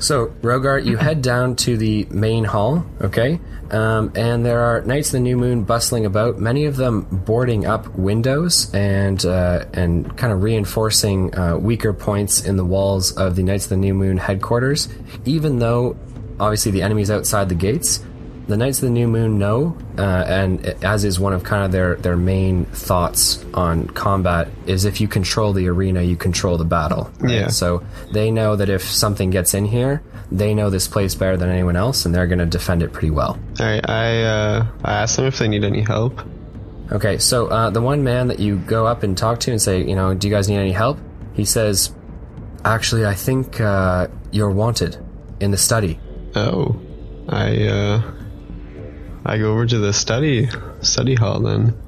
So, Rogar, you head down to the main hall, okay? Um, and there are Knights of the New Moon bustling about, many of them boarding up windows and uh, and kind of reinforcing uh, weaker points in the walls of the Knights of the New Moon headquarters. Even though, obviously, the enemy's outside the gates, the Knights of the New Moon know, uh, and as is one of kind of their, their main thoughts on combat, is if you control the arena, you control the battle. right?
Yeah.
So they know that if something gets in here, they know this place better than anyone else, and they're going to defend it pretty well.
All right, I uh, I asked them if they need any help.
Okay, so uh, the one man that you go up and talk to and say, you know, do you guys need any help? He says, actually, I think uh, you're wanted in the study.
Oh, I uh, I go over to the study study hall then.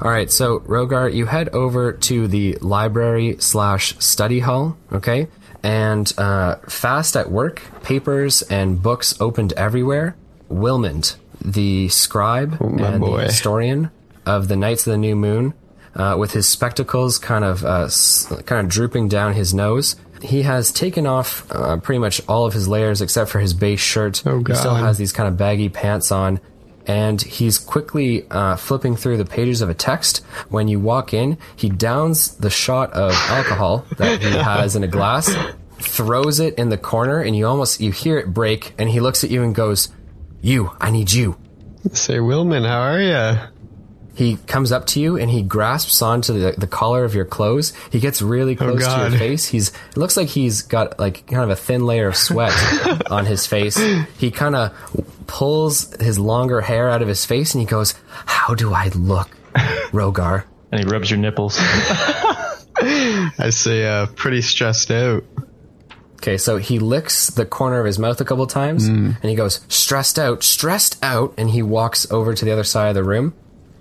All right, so Rogar, you head over to the library slash study hall, okay? And uh, fast at work, papers and books opened everywhere. Wilmond, the scribe
Oh, my
and
boy.
the historian of the Knights of the New Moon, uh, with his spectacles kind of uh, s- kind of drooping down his nose, he has taken off uh, pretty much all of his layers except for his base shirt.
Oh,
He still
God.
has these kind of baggy pants on, and he's quickly uh, flipping through the pages of a text. When you walk in, he downs the shot of alcohol that he has in a glass, throws it in the corner, and you almost you hear it break. And he looks at you and goes, "You, I need you."
Say, Wilman, how are ya?
He comes up to you and he grasps onto the, the collar of your clothes. He gets really close to
God.
your face. He's it looks like he's got like kind of a thin layer of sweat on his face. He kind of pulls his longer hair out of his face and he goes, "How do I look, Rogar?"
And he rubs your
[laughs]
nipples.
I say, uh, pretty stressed out.
Okay, so he licks the corner of his mouth a couple times and he goes, stressed out, stressed out, and he walks over to the other side of the room.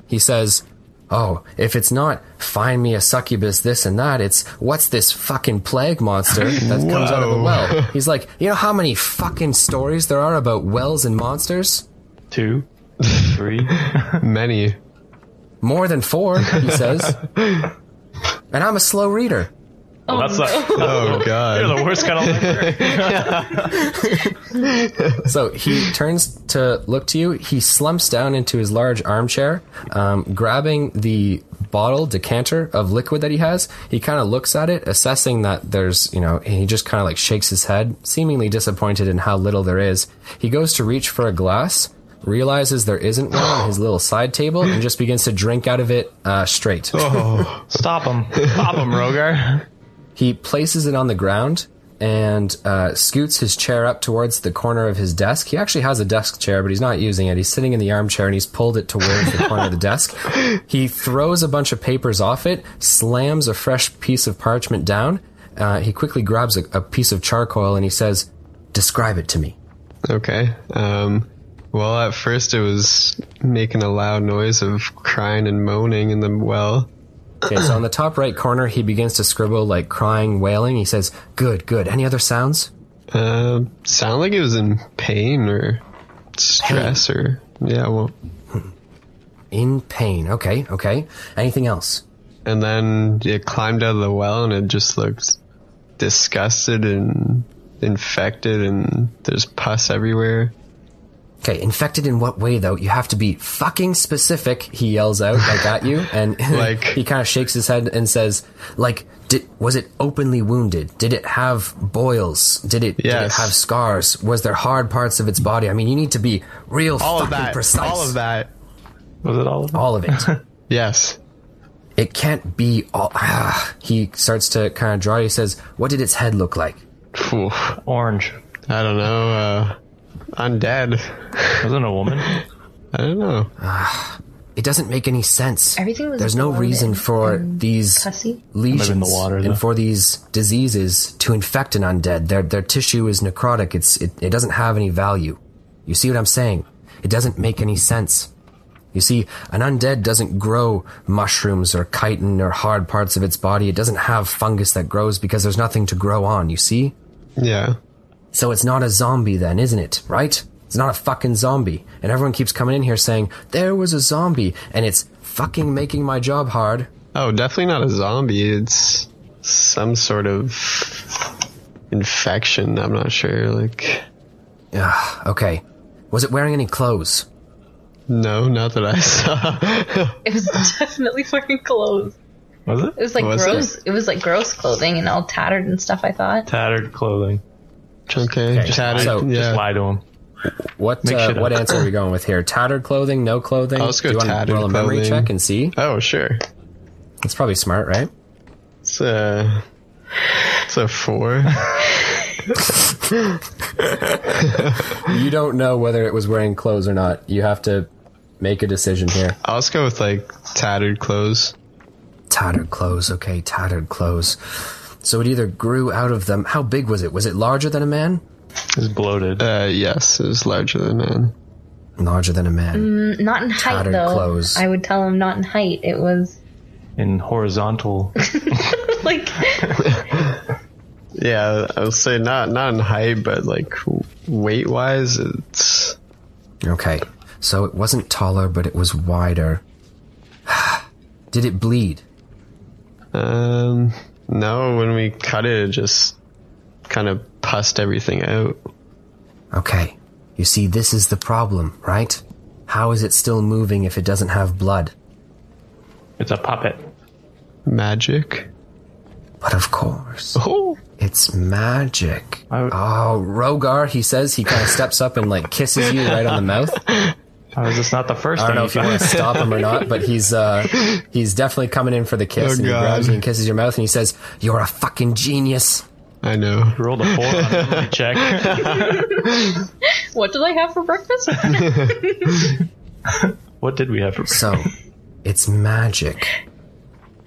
He says, oh, if it's not find me a succubus, this and that, it's what's this fucking plague monster that comes out of the
Whoa.
well? He's like, you know how many fucking stories there are about wells and monsters?
Two,
[laughs]
three.
Many.
More than four, he says. and I'm a slow reader.
Oh,
That's
no.
not.
Oh
You're
god.
the worst kind
[laughs]
of librarian.
So he turns to look to you. He slumps down into his large armchair, um, grabbing the bottle decanter of liquid that he has. He kind of looks at it, assessing that there's, you know, and he just kind of like shakes his head, seemingly disappointed in how little there is. He goes to reach for a glass, realizes there isn't one on his little side table, and just begins to drink out of it uh, straight.
Stop him. Stop him, Rogar.
He places it on the ground and uh, scoots his chair up towards the corner of his desk. He actually has a desk chair, but he's not using it. He's sitting in the armchair and he's pulled it towards the corner of the desk. He throws a bunch of papers off it, slams a fresh piece of parchment down. Uh, he quickly grabs a, a piece of charcoal and he says, Describe it to me.
[laughs] Okay. Um well at first it was making a loud noise of crying and moaning in the well.
Okay, so on the top right corner, he begins to scribble like crying, wailing. He says, Good, good. Any other sounds?
Um sound like it was in pain or stress or yeah, well
In pain. Okay, okay. Anything else?
and then it climbed out of the well and it just looked disgusted and infected and there's pus everywhere.
Okay, infected in what way though? You have to be fucking specific. He yells out like at you, and [laughs]
Like-
he kind of shakes his head and says, "Like, did, was it openly wounded? Did it have boils? Did it, did it
Yes.
have scars? Was there hard parts of its body? I mean, you need to be real
All
fucking
of that.
precise.
All of that.
Was it all of them?
All of
[laughs]
it.
Yes.
it can't be all." Ah. He starts to kind of draw. He says, "What did its head look like?"
Phew.
Orange.
I don't know. Uh, undead.
Wasn't it a woman?
I don't know.
It doesn't make any sense.
Everything was
There's no
bloated
reason for
and
these
pussy.
lesions
in the water, though.
and for these diseases to infect an undead. Their their tissue is necrotic. It's it, it doesn't have any value. You see what I'm saying? It doesn't make any sense. You see, an undead doesn't grow mushrooms or chitin or hard parts of its body. It doesn't have fungus that grows because there's nothing to grow on, you see?
Yeah.
So it's not a zombie then, isn't it? Right? It's not a fucking zombie. And everyone keeps coming in here saying, there was a zombie, and it's fucking making my job hard.
Oh, definitely not a zombie. It's some sort of infection. I'm not sure. Like,
Ugh, okay. Was it wearing any clothes?
no, not that I [laughs] saw. [laughs]
It was [laughs] definitely fucking clothes.
Was
It
it?
was like
Was it?
gross. It? was like gross clothing and all tattered and stuff. I thought.
Tattered clothing.
okay. Tattered.
so, just
yeah.
Just lie to him.
What
Make
uh,
shit
what
up.
answer are we going with here? Tattered clothing, no clothing?
Oh, let's go
Do you wanna
tattered
roll a memory
clothing.
check and see?
oh, sure.
It's probably smart, right?
It's a, it's a four.
You don't know whether it was wearing clothes or not. You have to make a decision here.
I'll just go with like tattered clothes.
Tattered clothes, okay, tattered clothes. So it either grew out of them. How big was it? Was it larger than a man?
He's bloated.
Uh, yes, it was larger than man.
Larger than a man.
Not in height
Tattered
though.
clothes.
I would tell him not in height. It was
In horizontal.
like [laughs]
Yeah, I would say not not in height, but like weight wise, it's
Okay. So it wasn't taller, but it was wider. [sighs] Did it bleed?
Um, no, when we cut it, it just kind of pussed everything out.
Okay. You see, this is the problem, right? How is it still moving if it doesn't have blood?
It's a puppet.
Magic.
But of course,
Oh,
it's magic.
I w-
Oh, Rogar, he says, he kind of steps up and like kisses you right on the mouth.
How is this not the first
I don't
thing
know if you want to stop him or not, but he's uh he's definitely coming in for the kiss
Oh,
and he
God.
grabs you and kisses your mouth and he says, "You're a fucking genius."
I know.
rolled a four on a memory
[laughs]
check?
what did I have
[laughs]
for breakfast?
What did we have for
So, it's magic.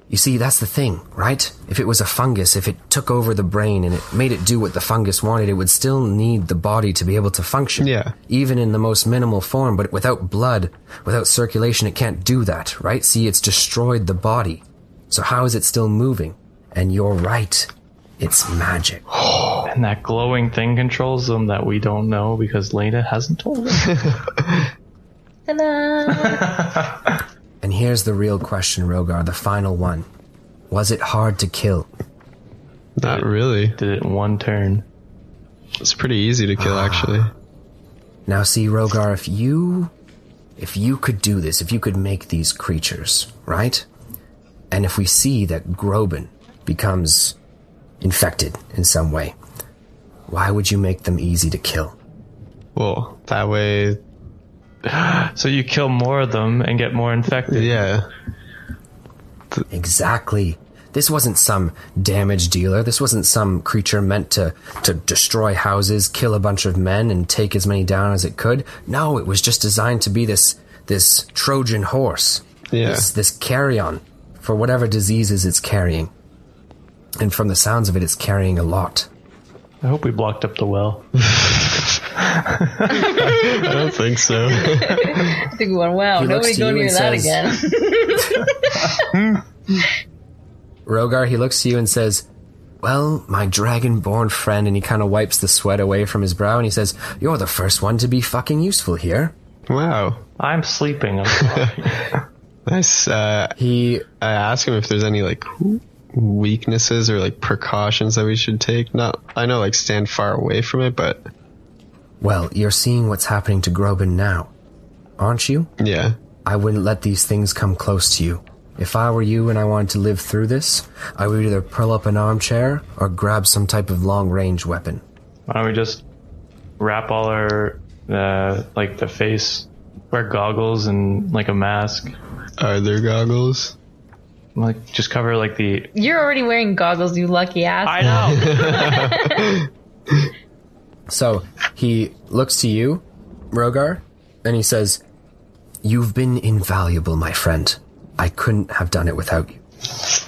You see, that's the thing, right? If it was a fungus, if it took over the brain and it made it do what the fungus wanted, it would still need the body to be able to function.
Yeah.
Even in the most minimal form, but without blood, without circulation, it can't do that, right? See, it's destroyed the body. So how is it still moving? And you're right. It's magic.
And that glowing thing controls them that we don't know because Lena hasn't told us.
Ta-da.
And here's the real question, Rogar, the final one. Was it hard to kill?
Not really.
Did it in one turn.
It's pretty easy to kill, actually.
Now see, Rogar, if you if you could do this, if you could make these creatures, right? And if we see that Groban becomes infected in some way, why would you make them easy to kill?
Well, that way,
So you kill more of them and get more infected.
yeah.
Exactly. This wasn't some damage dealer. This wasn't some creature meant to, to destroy houses, kill a bunch of men, and take as many down as it could. No, it was just designed to be this this Trojan horse.
Yeah.
This this carrion for whatever diseases it's carrying. And from the sounds of it, it's carrying a lot.
I hope we blocked up the well.
I don't think [laughs] so.
I think one. Wow,
He looks
nobody
to
go
you
near
and
that
says-
again. [laughs]
Rogar, he looks to you and says, Well, my dragonborn friend, and he kind of wipes the sweat away from his brow and he says, You're the first one to be fucking useful here.
wow.
I'm sleeping. I'm sorry.
Nice. Uh,
He
I asked him if there's any like weaknesses or like precautions that we should take. Not, I know like stand far away from it, but
Well, you're seeing what's happening to Groban now, aren't you?
yeah,
I wouldn't let these things come close to you. If I were you and I wanted to live through this, I would either curl up an armchair or grab some type of long range weapon.
Why don't we just wrap all our uh, like the face, wear goggles and like a mask,
are there goggles?
like just cover like the.
You're already wearing goggles, you lucky ass.
I know.
So he looks to you, Rogar, and he says, You've been invaluable, my friend. I couldn't have done it without you.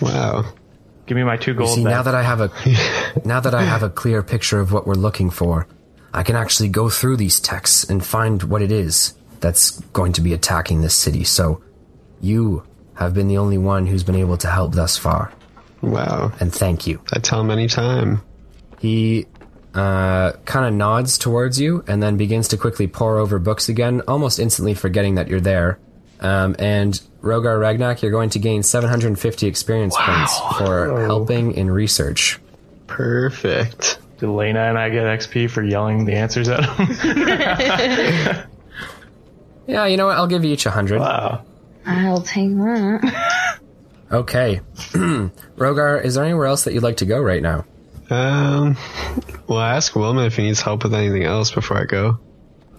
Wow.
[laughs] Give me my two gold.
See,
back.
now that I have a now that I have a clear picture of what we're looking for, I can actually go through these texts and find what it is that's going to be attacking this city. So you have been the only one who's been able to help thus far,
Wow.
and thank you.
I tell him anytime.
He uh, kind of nods towards you and then begins to quickly pore over books again, almost instantly forgetting that you're there. Um, and Rogar Ragnak, you're going to gain 750 experience points for helping in research.
Perfect.
Do Lena and I get XP for yelling the answers at
[laughs]
him?
Yeah, you know what? I'll give you each 100.
wow.
I'll take that.
Okay. [clears throat] Rogar, is there anywhere else that you'd like to go right now?
Um, well, I ask Wilma if he needs help with anything else before I go.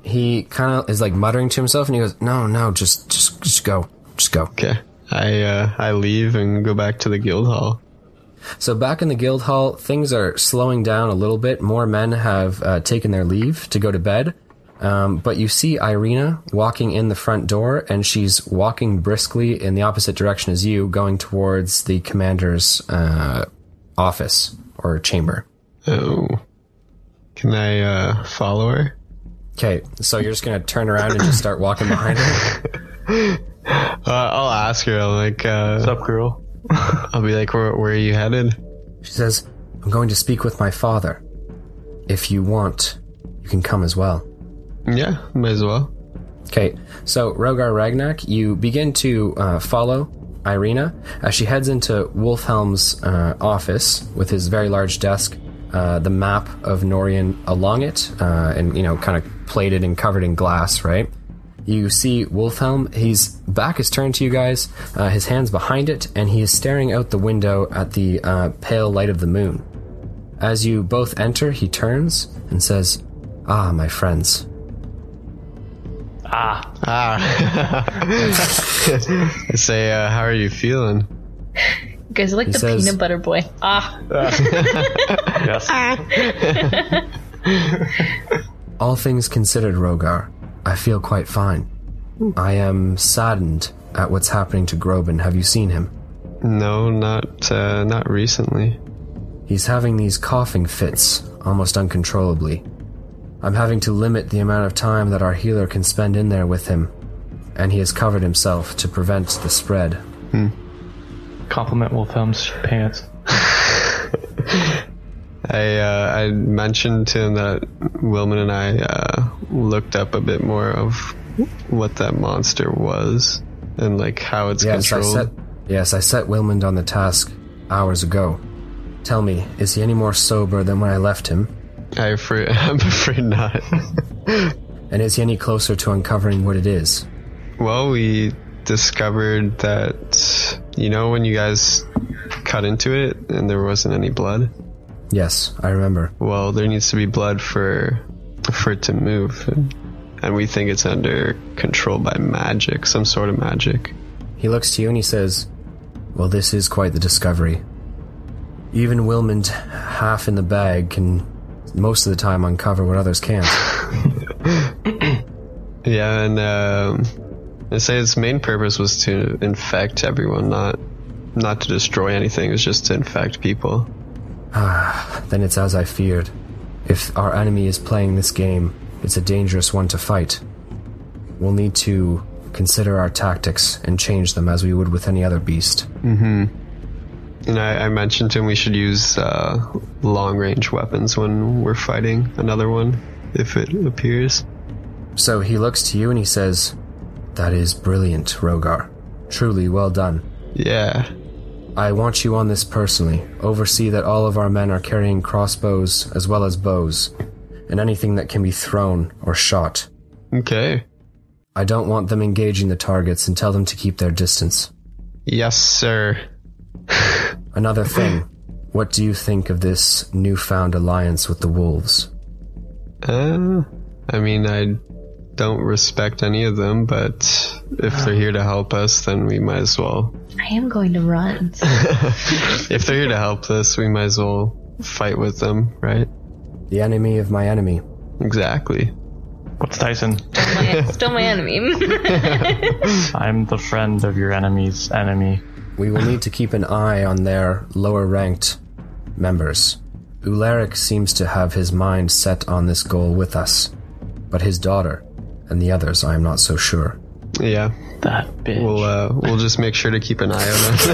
He kind of is like muttering to himself and he goes, "No, no, just just just go. Just go."
Okay. I uh, I leave and go back to the guild hall.
So back in the guild hall, things are slowing down a little bit. More men have uh, taken their leave to go to bed. Um, but you see Irina walking in the front door, and she's walking briskly in the opposite direction as you, going towards the commander's uh, office or chamber.
Oh, can I uh, follow her?
Okay, so you're just gonna turn around and just start walking behind her.
Uh, I'll ask her. I'm like, uh,
What's up, girl?
I'll be like, where, where are you headed?
She says, I'm going to speak with my father. If you want, you can come as well.
Yeah, might as well.
Okay, so Rogar Ragnak, you begin to uh, follow Irina as she heads into Wolfhelm's uh, office with his very large desk, uh, the map of Norian along it, uh, and, you know, kind of plated and covered in glass, right? You see Wolfhelm, his back is turned to you guys, uh, his hands behind it, and he is staring out the window at the uh, pale light of the moon. As you both enter, he turns and says, Ah, my friends,
I say, uh, how are you feeling?
You guys are like the
says-
peanut butter boy. Ah,
Yes.
All things considered, Rogar, I feel quite fine. I am saddened at what's happening to Groban. Have you seen him?
No, not uh, not recently.
He's having these coughing fits almost uncontrollably. I'm having to limit the amount of time that our healer can spend in there with him, and he has covered himself to prevent the spread.
Compliment Wilhelm's pants.
I uh, I mentioned to him that Wilman and I uh, looked up a bit more of what that monster was and like how it's
Yes, I
controlled.
set Yes, I set Wilmond on the task hours ago. Tell me, is he any more sober than when I left him?
I afraid, [laughs] I'm afraid not.
And is he any closer to uncovering what it is?
well, we discovered that you know when you guys cut into it and there wasn't any blood.
Yes, I remember.
Well, there needs to be blood for for it to move, and, and we think it's under control by magic, some sort of magic.
He looks to you and he says, Well, this is quite the discovery. Even Wilmond, half in the bag, can most of the time uncover what others can't.
Yeah, and um, I say its main purpose was to infect everyone, not not to destroy anything. It's just to infect people.
then it's as I feared. If our enemy is playing this game, it's a dangerous one to fight. We'll need to consider our tactics and change them as we would with any other beast.
And I, I mentioned to him we should use uh, long range weapons when we're fighting another one, if it appears.
So he looks to you and he says, That is brilliant, Rogar. Truly well done.
Yeah,
I want you on this personally. Oversee that all of our men are carrying crossbows as well as bows, and anything that can be thrown or shot.
okay.
I don't want them engaging the targets and tell them to keep their distance.
Yes, sir.
Another thing, what do you think of this newfound alliance with the wolves?
Uh, I mean, I don't respect any of them, but if they're here to help us, then we might as well.
I am going to run.
If they're here to help us, we might as well fight with them, right?
The enemy of my enemy.
Exactly.
What's Tyson?
[laughs]
Still my enemy. [laughs]
I'm the friend of your enemy's enemy.
We will need to keep an eye on their lower ranked members. Ularic seems to have his mind set on this goal with us, but his daughter and the others I am not so sure.
Yeah,
That bitch.
we'll uh, we'll just make sure to keep an eye on us.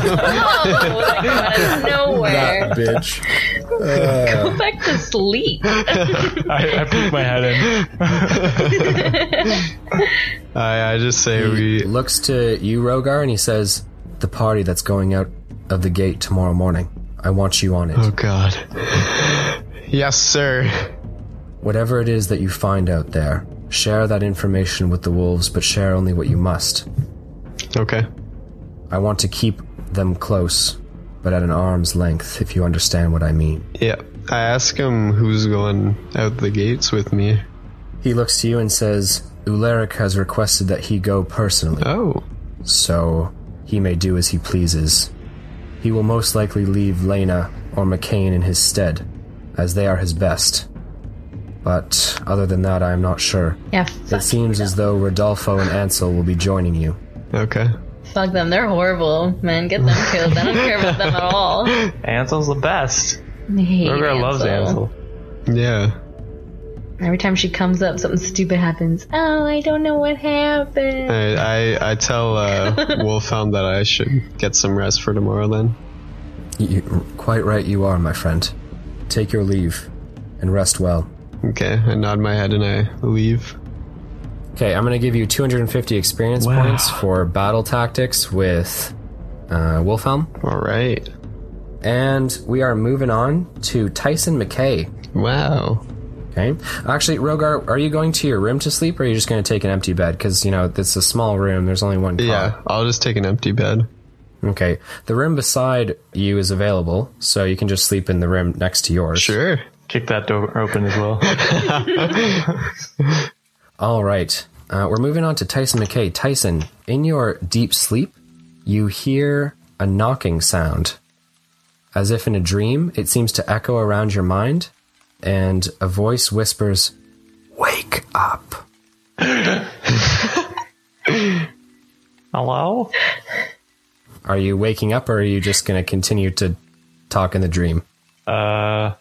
Out of [laughs] nowhere.
bitch.
Go back to sleep.
I, I peeked my head in.
I I just say
He
we oh
looks to you, Rogar, and he says, The party that's going out of the gate tomorrow morning. I want you on it.
Oh God. Yes, sir.
Whatever it is that you find out there, share that information with the wolves, but share only what you must.
Okay.
I want to keep them close, but at an arm's length, if you understand what I mean.
Yeah. I ask him who's going out the gates with me.
He looks to you and says, Ularic has requested that he go personally,
Oh.
so he may do as he pleases. He will most likely leave Lena or McCain in his stead, as they are his best. But other than that, I am not sure.
Yeah,
It seems as though Rodolfo and Ansel will be joining you.
Okay.
fuck them. They're horrible, man. Get them killed. I don't care about them at
[laughs]
all. I
[laughs] Ansel's the best.
hate
Rogar loves Ansel.
Yeah.
Every time she comes up, something stupid happens. Oh, I don't know what happened.
I I, I tell uh, Wolfhound that I should get some rest for tomorrow then.
You, quite right you are, my friend. Take your leave and rest well.
Okay. I nod my head and I leave.
Okay, I'm going to give you 250 experience
Wow.
points for battle tactics with uh, Wolfhelm.
All right.
And we are moving on to Tyson McKay.
Wow.
Okay. Actually, Rogar, are you going to your room to sleep or are you just going to take an empty bed? Because, you know, it's a small room. There's only one car.
Yeah. I'll just take an empty bed.
Okay. The room beside you is available, so you can just sleep in the room next to yours.
Sure.
Kick that door open as well.
All right. Uh, we're moving on to Tyson McKay. Tyson, in your deep sleep, you hear a knocking sound. As if in a dream, it seems to echo around your mind, and a voice whispers, Wake up.
Hello?
Are you waking up or are you just going to continue to talk in the dream?
Uh,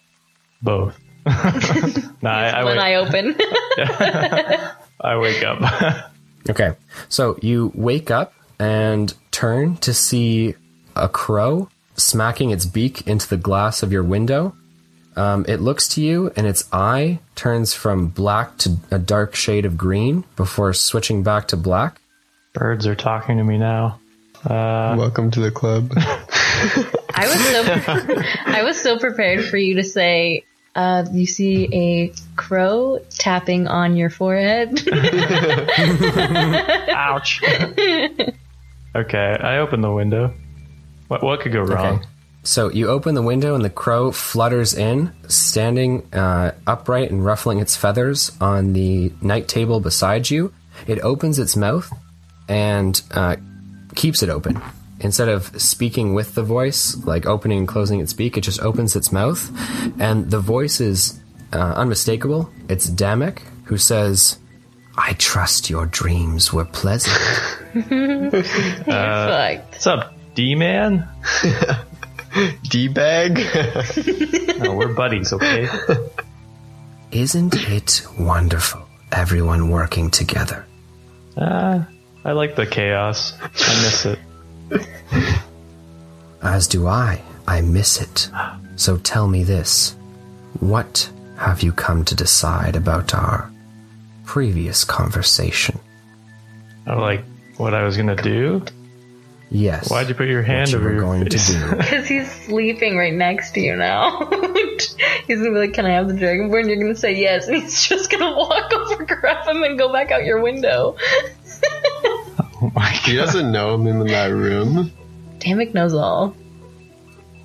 both. nah, I, I,
when
wake,
I open. [laughs]
I wake up. [laughs]
Okay. So you wake up and turn to see a crow smacking its beak into the glass of your window. Um, it looks to you and its eye turns from black to a dark shade of green before switching back to black.
Birds are talking to me now.
Welcome to the club.
I was so [laughs] I was so prepared for you to say uh, you see a crow tapping on your forehead. [laughs]
Ouch. okay, I open the window. What, what could go wrong?
Okay. So you open the window and the crow flutters in, standing uh, upright and ruffling its feathers on the night table beside you. It opens its mouth and uh, keeps it open. Instead of speaking with the voice, like opening and closing its beak, it just opens its mouth. And the voice is uh, unmistakable. It's Damek, who says, I trust your dreams were pleasant. Uh.
Fuck.
What's up, D man?
D bag.
No, Oh, we're buddies, okay?
Isn't it wonderful? Everyone working together.
Uh, I like the chaos. I miss it.
As do I. I miss it. So tell me this. What have you come to decide about our previous conversation?
I like what I was gonna do.
Yes.
Why'd you put your hand
what you
over
were
your
going
face?
to do?
Because he's sleeping right next to you now. [laughs] he's gonna be like, "Can I have the dragonborn?" You're gonna say yes, and he's [laughs] just gonna walk over, grab him, and go back out your window. [laughs]
Oh
[laughs]
my
he doesn't know I'm in that room.
Damek knows all.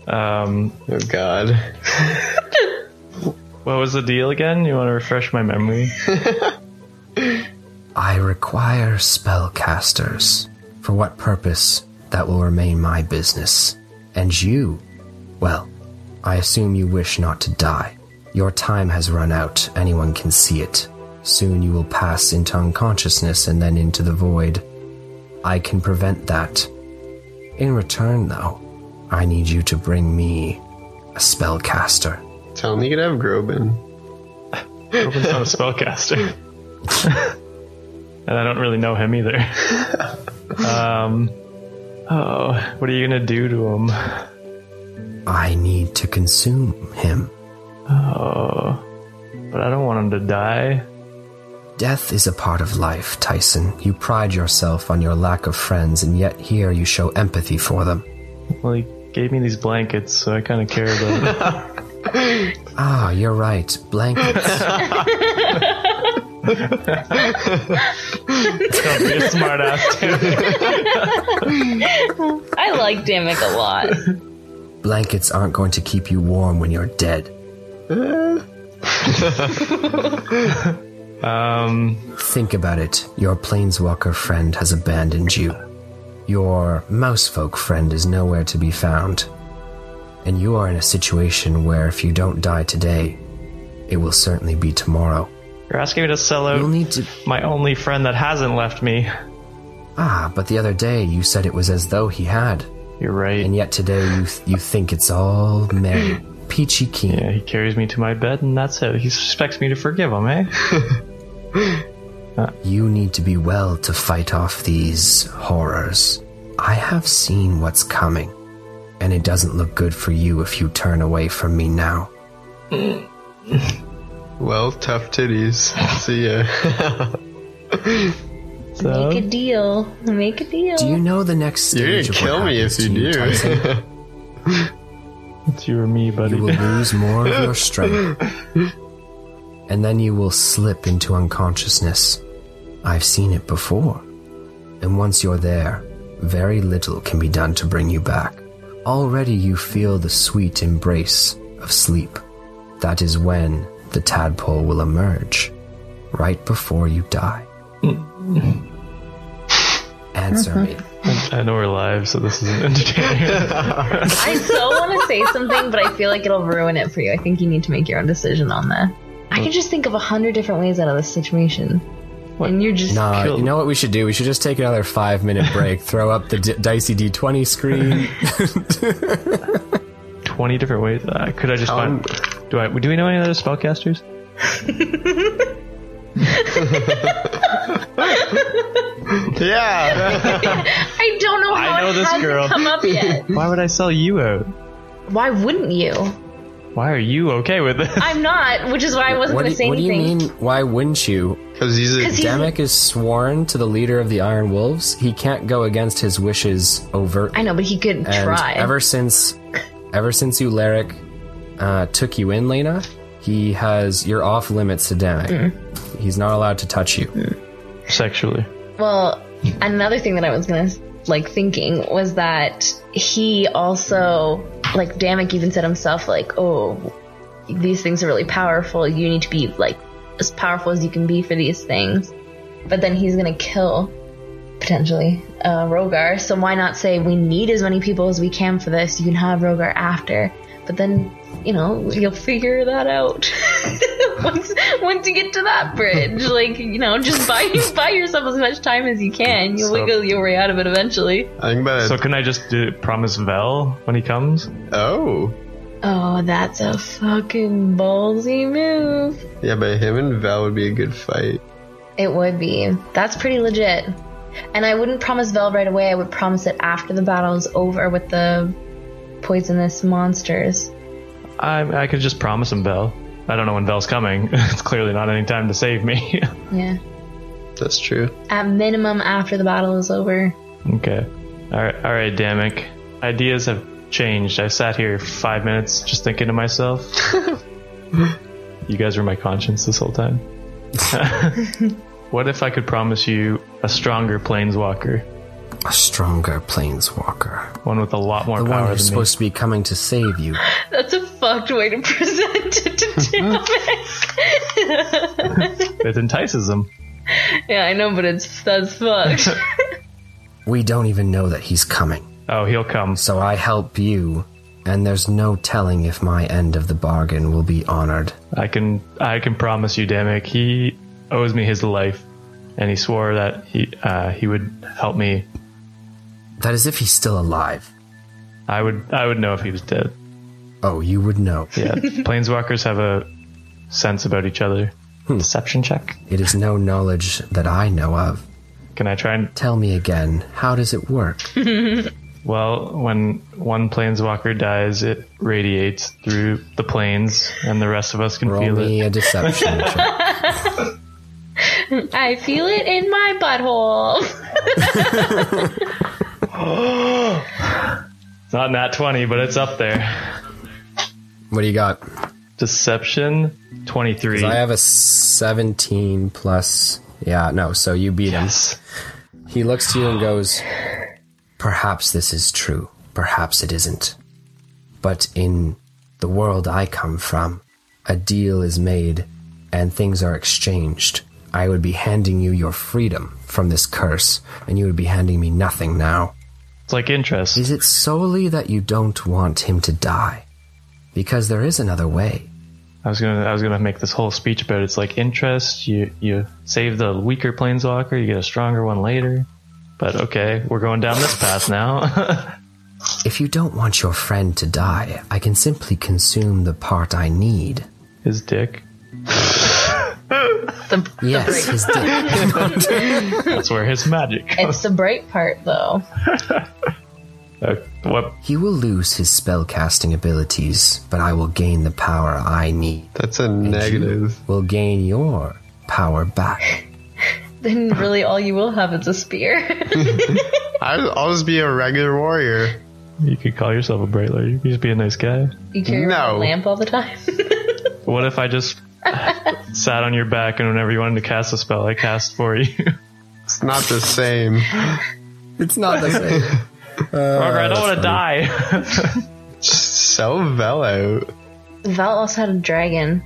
God. Um,
Oh God.
what was the deal again? You want to refresh
[laughs]
my memory?
I require spellcasters. For what purpose? That will remain my business. And you? Well, I assume you wish not to die. Your time has run out. Anyone can see it. Soon you will pass into unconsciousness and then into the void. I can prevent that. In return, though, I need you to bring me a spellcaster.
Tell me you could have Groban.
Open's not a spellcaster. and I don't really know him
[laughs]
either. Um, oh, what are you gonna do to him?
I need to consume him.
But I don't want him to die.
Death is a part of life, Tyson. You pride yourself on your lack of friends, and yet here you show empathy for them.
Well, he gave me these blankets, so I kind of care about it.
Ah, you're right. Blankets.
Don't be a smart ass, dude.
I like Damek a lot.
Blankets aren't going to keep you warm when you're dead.
Um,
Think about it. Your planeswalker friend has abandoned you. Your mousefolk friend is nowhere to be found. And you are in a situation where if you don't die today, it will certainly be tomorrow.
you're asking me to sell
You'll
out
need to
my only friend that hasn't left me.
Ah, but the other day you said it was as though he had.
You're right.
and yet today you you think it's all
[clears throat]
merry, peachy keen.
Yeah, he carries me to my bed, and that's it. He expects me to forgive him, eh?
You need to be well to fight off these horrors. I have seen what's coming, and it doesn't look good for you if you turn away from me now.
Well, tough titties. See ya.
So,
Make a deal. Make a deal.
Do you know the next stage?
You're
of
gonna
what
kill me if
happens
you
to
do.
Tyson?
it's you or me, buddy.
You
[laughs]
will lose more of your strength, and then you will slip into unconsciousness. I've seen it before. And once you're there, very little can be done to bring you back. Already you feel the sweet embrace of sleep. That is when the tadpole will emerge, right before you die. Answer me.
I know we're live, so this isn't entertaining.
I so want to say something, but I feel like it'll ruin it for you. I think you need to make your own decision on that. I can just think of a hundred different ways out of this situation. and you're just
Nah,
Cool.
you know what we should do? We should just take another five minute break, throw up the d- dicey d20 screen.
20 different ways. Uh, could I just
Um,
find. Do, I, do we know any other spellcasters?
Yeah.
I don't know how
I know
it
this
hasn't
girl.
come up
[laughs]
yet.
Why would I sell you out?
Why wouldn't you?
Why are you okay with this?
I'm not, which is why I wasn't
what
going
do,
to say
you- what do you
anything.
mean, why wouldn't you?
Because he's a
'Cause he's-
Damek is sworn to the leader of the Iron Wolves. He can't go against his wishes overtly.
I know, but he could
And
try.
ever since, ever since Ularic uh, took you in, Lena, he has you're off limits to Damek.
Hmm.
He's not allowed to touch you.
Hmm. Sexually.
Well, another thing that I was gonna like thinking was that he also like Damek even said himself like, oh, these things are really powerful. You need to be like as powerful as you can be for these things. But then he's gonna kill potentially uh, Rogar. So why not say we need as many people as we can for this? You can have Rogar after. But then you know you'll figure that out. [laughs] once, once you get to that [laughs] bridge, like you know, just buy [laughs] buy yourself as much time as you can. You'll
So-
wiggle your way out of it eventually.
I think about it.
So can I just do, promise Vel when he comes?
oh.
Oh, that's a fucking ballsy move.
Yeah, but him and Val would be a good fight.
It would be. That's pretty legit. And I wouldn't promise Vel right away. I would promise it after the battle is over with the poisonous monsters.
I, I could just promise him Vel. I don't know when Vel's coming. [laughs] it's clearly not any time to save me. [laughs]
Yeah.
That's true.
At minimum, after the battle is over.
okay. All right, all right, Damek. Ideas have changed. I sat here five minutes just thinking
[laughs]
to myself. you guys were my conscience this whole time. [laughs] what if I could promise you a stronger planeswalker?
A stronger planeswalker,
One with a lot more
the
power
one
than
who's
me.
supposed to be coming to save you.
That's a fucked way to [laughs] present it to
[laughs]
Damek.
It entices them.
yeah, I know, but it's that's [laughs] fucked.
We don't even know that he's coming.
Oh, he'll come.
So I help you, and there's no telling if my end of the bargain will be honored.
I can I can promise you, Damek, he owes me his life, and he swore that he uh, he would help me.
That is if he's still alive.
I would I would know if he was dead.
Oh, you would know. [laughs]
Yeah, planeswalkers have a sense about each other.
Hmm.
Deception check.
It is no knowledge that I know of.
Can I try and
Tell me again, how does it work?
Well, when one planeswalker dies, it radiates through the planes, and the rest of us can
Roll
feel
me
it.
a
[laughs]
deception check.
I feel it in my butthole.
It's not nat twenty, but it's up there.
What do you got?
Deception twenty three.
I have a 17 plus. Yeah, no, so you beat him.
Yes.
He looks to you and goes, Perhaps this is true. Perhaps it isn't. But in the world I come from, a deal is made and things are exchanged. I would be handing you your freedom from this curse, and you would be handing me nothing now.
It's like interest.
Is it solely that you don't want him to die? Because there is another way.
I was gonna I was gonna make this whole speech about it's like interest. You you save the weaker planeswalker, you get a stronger one later. But okay, we're going down this path now. [laughs]
If you don't want your friend to die, I can simply consume the part I need.
His dick.
Yes, his dick. [laughs]
That's where his magic.
It's the bright part, though.
Uh, what?
He will lose his spellcasting abilities, but I will gain the power I need.
That's a negative.
Will gain your power back.
Then really, all you will have is a spear. [laughs]
I'll, I'll just be a regular warrior.
You could call yourself a bright light. You could just be a nice guy.
you carry around
No.
a lamp all the time. [laughs]
What if I [laughs] just sat on your back and whenever you wanted to cast a spell, I cast for you?
It's not the same.
It's not the same.
Roger, I don't want to die.
Just sell Val out.
Val also had a dragon.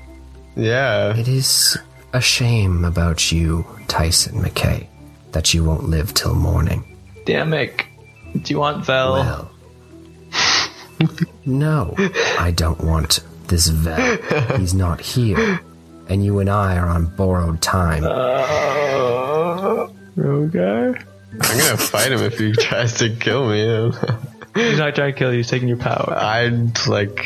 Yeah.
It is a shame about you, Tyson McKay, that you won't live till morning.
[laughs] Damn it. Do you want Vel?
[laughs] Well. No, I don't want this vet. He's not here. and you and I are on borrowed time.
Okay.
I'm gonna fight him if he [laughs] tries to kill me. [laughs]
He's not trying to kill you. He's taking your power.
I'd like.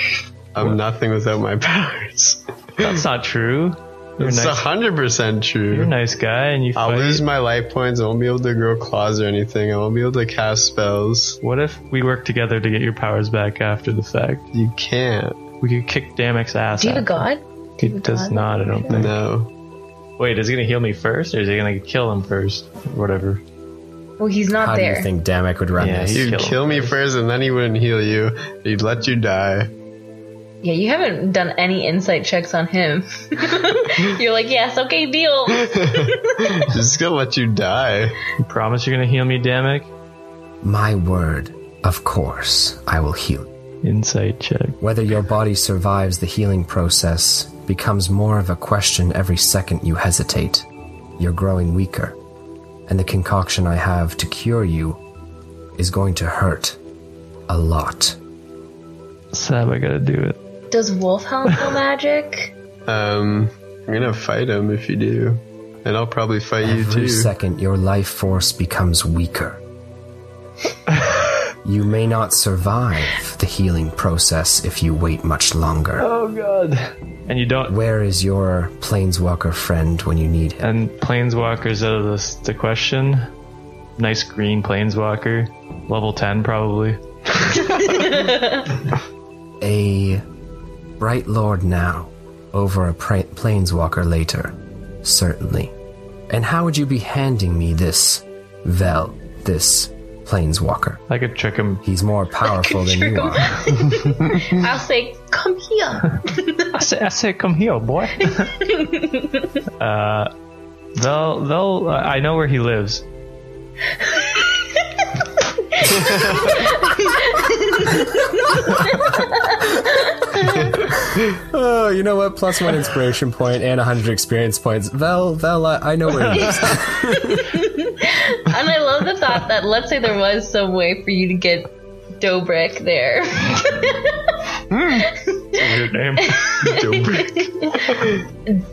I'm nothing without my [laughs] powers.
That's not true. You're a
It's
nice.
hundred percent true.
You're a nice guy, and you
I'll
fight.
lose my life points. I won't be able to grow claws or anything. I won't be able to cast spells.
What if we work together to get your powers back after the fact?
You can't.
We could kick Damek's ass.
Do you have a
after.
god?
He does not. I don't think.
No.
Wait, is he gonna heal me first, or is he gonna kill him first, or whatever?
Well, he's not
How do
there.
you think Damek would run
Yeah,
this?
he-
He'd
Kill
kill,
him
me first, and then he wouldn't heal you. He'd let you die. [laughs]
yeah, you haven't done any insight checks on him. [laughs] You're like, yes, okay, deal.
He's gonna let you die.
You promise you're gonna heal me, Damek?
My word, of course, I will heal. you.
Insight check.
Whether your body survives the healing process becomes more of a question every second you hesitate. You're growing weaker, and the concoction I have to cure you is going to hurt a lot.
Sab, I gotta do it.
Does Wolfhound know magic?
Um, I'm gonna fight him if you do, and I'll probably fight you
Every
too.
second, your life force becomes weaker. you may not survive the healing process if you wait much longer.
Oh god. And you don't.
Where is your planeswalker friend when you need him?
And planeswalkers out of this, the question. Nice green planeswalker, level ten probably.
A bright lord now over a pra- planeswalker later, certainly. And how would you be handing me this Vel, this planeswalker?
I could trick him.
He's more powerful than
trick
you
him.
are.
I'll say, come here.
I say, I say, come here, [laughs] boy. uh, they'll, they'll. uh, I know where he lives.
Oh, you know what? Plus one inspiration point and 100 experience points. Vel, Vel, I, I know where he is.
And I love the thought that let's say there was some way for you to get Dobrik there. [laughs]
Weird name.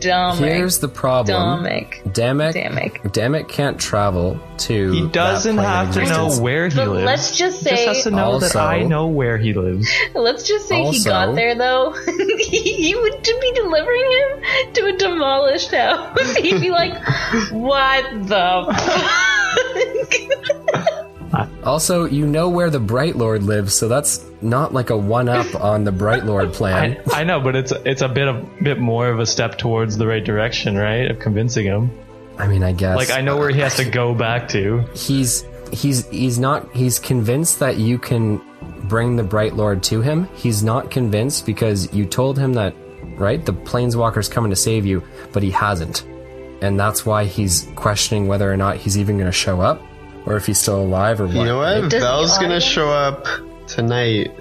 Domik.
Here's the problem.
Domik.
Damek,
Damek.
Damek can't travel to.
He doesn't
that plane of
have to know
existence.
where he
But
lives.
let's just
He just
say,
has to know
Also-
that I know where he lives.
[laughs] let's just say he
Also-
got there though. [laughs] you would to be delivering him to a demolished house. [laughs] He'd be like, what the? fuck?" [laughs]
Also, you know where the Bright Lord lives, so that's not like a one
[laughs]
up on the Bright Lord
I,
plan.
I know, but it's it's a bit of bit more of a step towards the right direction, right? Of convincing him.
I mean, I guess.
Like I know where he has to go back to.
he's he's he's not he's convinced that you can bring the bright lord to him he's not convinced because you told him that right the planeswalker's coming to save you but he hasn't and that's why he's questioning whether or not he's even going to show up or if he's still alive or what
You know what?
Does the
Val's gonna
audience-
show up tonight.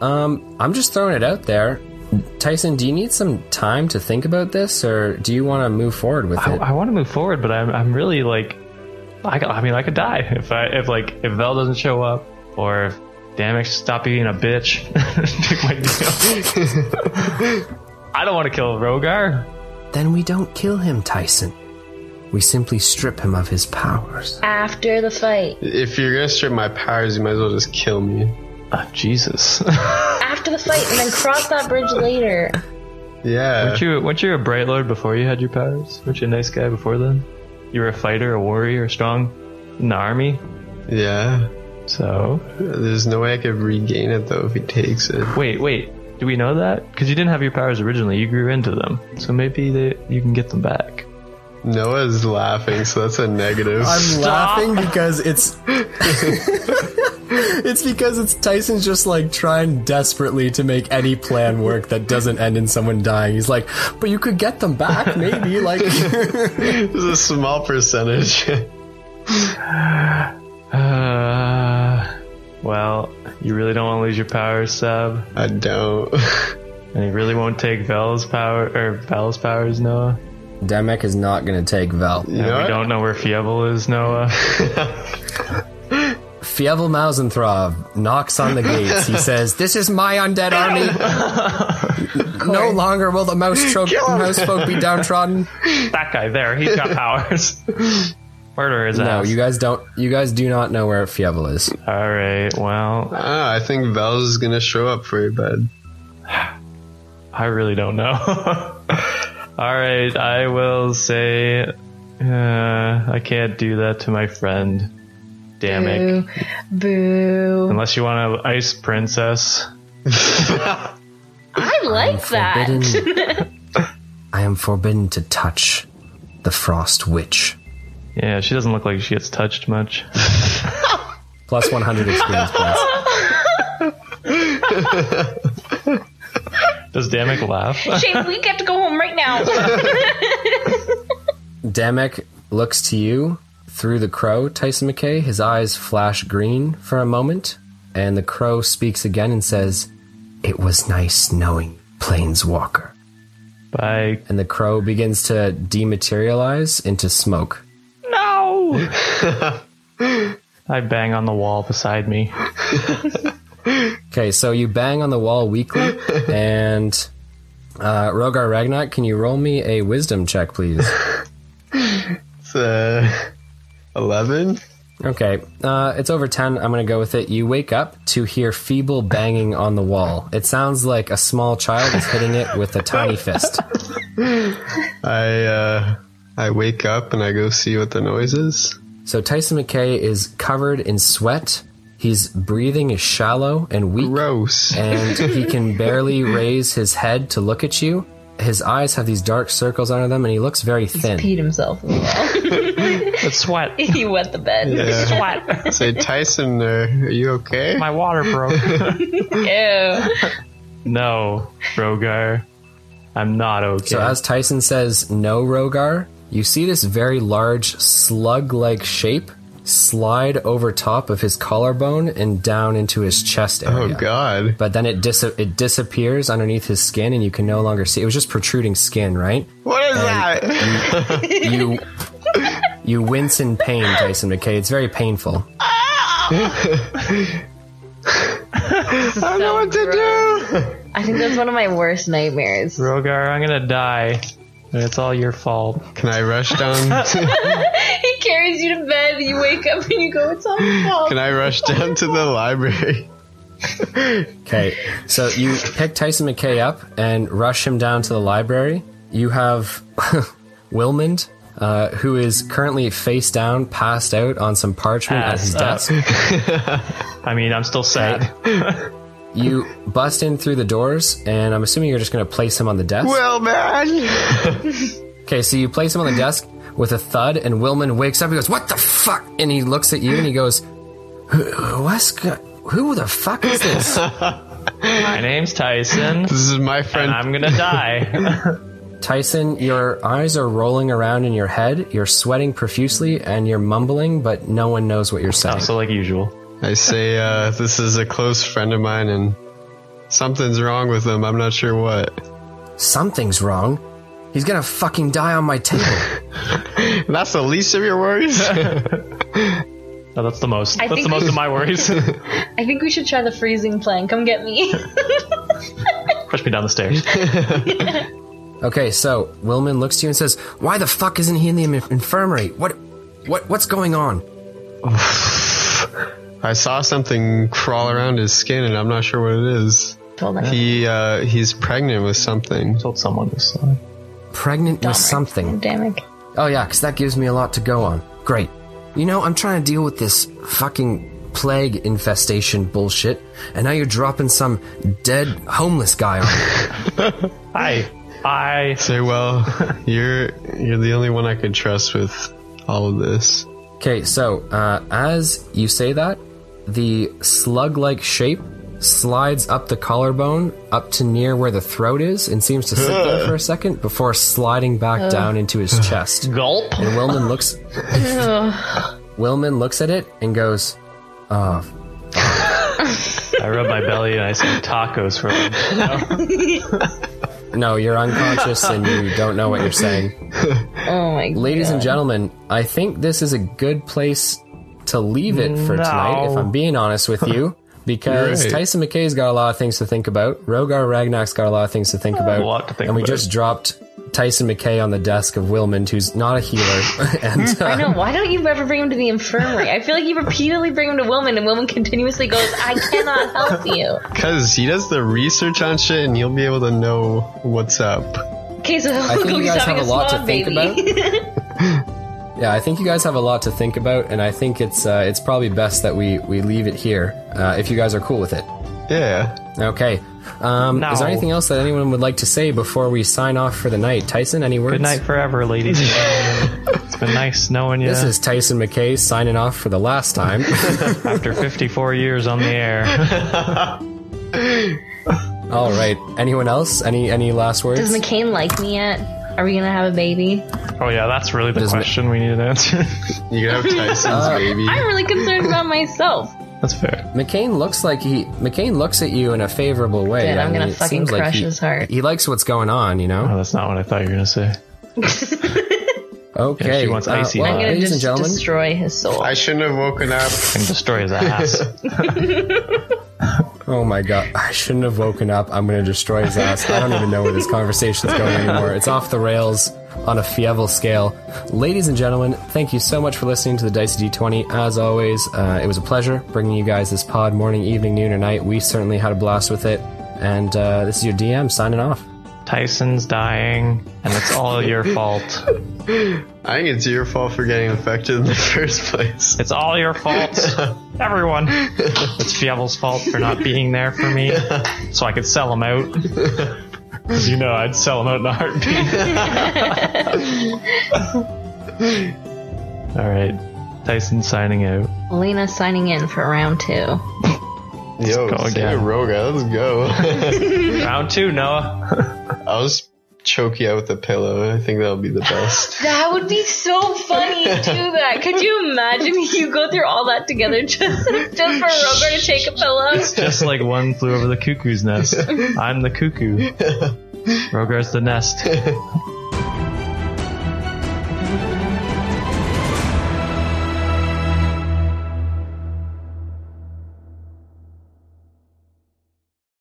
um i'm just throwing it out there tyson do you need some time to think about this or do you want to move forward with
I,
it
I want to move forward, but I'm I'm really like, I, I mean I could die if I if like if Vel doesn't show up or if Damage stop being a bitch. [laughs] Take my deal. I don't want to kill Rogar.
then we don't kill him tyson we simply strip him of his powers
After the fight.
If you're gonna strip my powers, you might as well just kill me.
Oh, Jesus.
After the fight, and then cross that bridge later.
Yeah.
Weren't you, weren't you a Bright Lord before you had your powers? Weren't you a nice guy before then? You were a fighter, a warrior, strong in the army.
Yeah.
So
There's no way I could regain it though if he takes it.
wait, wait. Do we know that? Because you didn't have your powers originally. You grew into them. So maybe they, you can get them back.
Noah's laughing, so that's a negative.
I'm laughing because it's [laughs] it's because it's Tyson's just like trying desperately to make any plan work that doesn't end in someone dying. He's like, but you could get them back, maybe. Like,
[laughs] This is a small percentage. [laughs]
Uh, well, you really don't want to lose your powers, Seb,
I don't. [laughs]
and you really won't take Vel's power or Vel's powers, Noah.
[laughs] Demek is not gonna take Vel.
You know
We
what?
don't know where Fievel is, Noah.
Fievel Mausenthrov knocks on the gates. He says, This is my undead army. no longer will the mouse, tro- mouse folk be downtrodden.
[laughs] That guy there, he's
[laughs]
got powers. Murder his
No,
ass.
you guys don't. You guys do not know where Fievel is.
All right. Well,
Ah, I think Val's gonna show up for you, bud.
I really don't know. [laughs] All right. I will say, uh, I can't do that to my friend. Damn it.
Boo. Boo.
Unless you want to ice princess.
I like that.
[laughs] I am forbidden to touch the Frost Witch.
Yeah, she doesn't look like she gets touched much. [laughs]
Plus 100 experience points.
Does Damick laugh? [laughs]
Shane, we get to go home right now.
Damek looks to you through the crow, Tyson McKay. His eyes flash green for a moment, and the crow speaks again and says, It was nice knowing you, Planeswalker.
Bye.
And the crow begins to dematerialize into smoke.
No! I bang on the wall beside me.
Okay, so you bang on the wall weakly, and uh, Rogar Ragnarok, can you roll me a wisdom check, please?
It's uh, [laughs] eleven.
Okay, uh, it's over 10. I'm going to go with it. You wake up to hear feeble banging on the wall. It sounds like a small child is hitting it with a tiny fist.
I uh, I wake up and I go see what the noise is.
So Tyson McKay is covered in sweat. His breathing is shallow and weak,
Gross.
and he can barely raise his head to look at you. His eyes have these dark circles under them, and he looks very thin.
Peed himself as well.
It's
[laughs]
sweat.
he wet the
[laughs]
bed.
Yeah.
Sweat.
Say, Tyson, uh, are you okay?
My water broke.
Ew.
no, Rogar. I'm not okay.
So as Tyson says, "No, Rogar," you see this very large slug-like shape slide over top of his collarbone and down into his chest
oh
area.
God.
But then it dis- it disappears underneath his skin, and you can no longer see. It was just protruding skin, right?
What is that? [laughs]
you you wince in pain, Tyson McKay. It's very painful.
I don't know what to do.
I think that's one of my worst nightmares.
Rogar, I'm gonna die. And it's all your fault.
Can I rush down?
[laughs] He carries you to bed, you wake up and you go, it's all my fault.
Can I rush down to the library?
Okay, so you pick Tyson McKay up and rush him down to the library. You have [laughs] Wilmond, uh, who is currently face down, passed out on some parchment at
Ass
his
up.
desk.
I mean, I'm
[laughs]
still sad.
You bust in through the doors, and I'm assuming you're just going to place him on the desk.
Well, man.
Okay, so you place him on the desk with a thud, and Wilman wakes up. He goes, "What the fuck?" And he looks at you and he goes, "Who- "What's go- who the fuck is this?"
My name's
[laughs]
Tyson.
This is my
And
friend.
I'm gonna die.
Tyson, your eyes are rolling around in your head. You're sweating profusely and you're mumbling, but no one knows what you're saying.
[laughs] so, like usual.
I say, uh, this is a close friend of mine and something's wrong with him. I'm not sure what.
Something's wrong. He's gonna fucking die on my table.
That's the least of your worries.
No, that's the most.
I
that's
think
the most
we-
of my worries. [laughs]
I think we should try the freezing plan. Come
[laughs]
get me.
Push me down
[laughs]
the stairs.
Okay, so Wilman looks to you and says, "Why the fuck isn't he in the in- infirmary? What, what, what's going on?"
I saw something crawl around his skin and I'm not sure what it is.
Told him.
He, uh, he's pregnant with something.
Told someone this. uh,
Pregnant with something.
Damn it.
Oh yeah, because that gives me a lot to go on. Great. You know, I'm trying to deal with this fucking plague infestation bullshit, and now you're dropping some dead homeless guy on me.
Hi. I.
Say,
[laughs]
well, you're, you're the only one I could trust with all of this.
Okay, so uh, as you say that, the slug like shape slides up the collarbone up to near where the throat is and seems to sit there for a second before sliding back down into his chest.
Gulp.
And Wilman looks. Wilman looks at it and goes,
I rub my belly and I say tacos for lunch.
No, you're unconscious and you don't know what you're saying.
Oh my god.
Ladies and gentlemen, I think this is a good place to leave it for
No.
tonight, if I'm being honest with you, because
Right.
Tyson McKay's got a lot of things to think about. Rogar Ragnarok's got a lot of things to think about.
lot to think
and we
about.
just dropped Tyson McKay on the desk of Wilmond, who's not a healer. [laughs] and
[laughs]
uh,
No, why don't you ever bring him to the infirmary? I feel like you repeatedly bring him to Wilman, and Wilman continuously goes, "I cannot help you."
Because he does the research on shit and you'll be able to know what's up.
Okay, so
think you
he's
guys
having
have a lot to
small
think
baby.
yeah, I think you guys have a lot to think about, and I think it's uh, it's probably best that we we leave it here uh, if you guys are cool with it.
Yeah.
Okay. Um, Is there
No.
anything else that anyone would like to say before we sign off for the night? Tyson, any words?
Good night forever, ladies. and gentlemen. it's been nice knowing you
This is Tyson McKay signing off for the last time. [laughs]
[laughs] after 54 years on the air.
All right. Anyone else? Any any last words?
[laughs] Does McCain like me yet? Are we gonna have a baby?
Oh yeah, that's really the
Doesn't it-
question we need to answer. [laughs]
You could have Tyson's
Uh,
baby.
I'm really concerned about myself.
that's fair.
McCain looks like he McCain looks at you in a favorable way.
Dude,
I
I'm
mean,
gonna
it
fucking
seems like
crush
he-
his heart.
He likes what's going on, you
Oh,
know.
that's not what I thought you were gonna say.
Okay. uh,
she wants icy
well,
hot.
I'm gonna
ladies and
just
gentlemen,
destroy his soul.
I shouldn't have woken up.
And destroy his
[laughs]
ass.
Oh my god, I shouldn't have woken up. I'm gonna destroy his ass. I don't even know where this conversation's going anymore. It's off the rails on a fievel scale. Ladies and gentlemen, thank you so much for listening to the Dicey D20. As always, uh, it was a pleasure bringing you guys this pod morning, evening, noon, or night. We certainly had a blast with it. And uh, this is your DM signing off.
Tyson's dying, and it's all your fault.
I think it's your fault for getting infected in the [laughs] first place.
It's all your fault. Everyone. It's Fievel's fault for not being there for me so I could sell him out. 'Cause you know I'd sell him out in a heartbeat. all right. Tyson signing out.
Lena signing in for round two.
Yo,
go
say
again.
Roga, let's go.
[laughs] Round two, Noah.
I'll just choke you out with a pillow. I think that'll be
[laughs]
the best.
That would be so funny to do that. Could you imagine you go through all that together just just for Rogar to take a pillow?
Just like one flew over the cuckoo's nest. I'm the cuckoo. Rogar's the nest.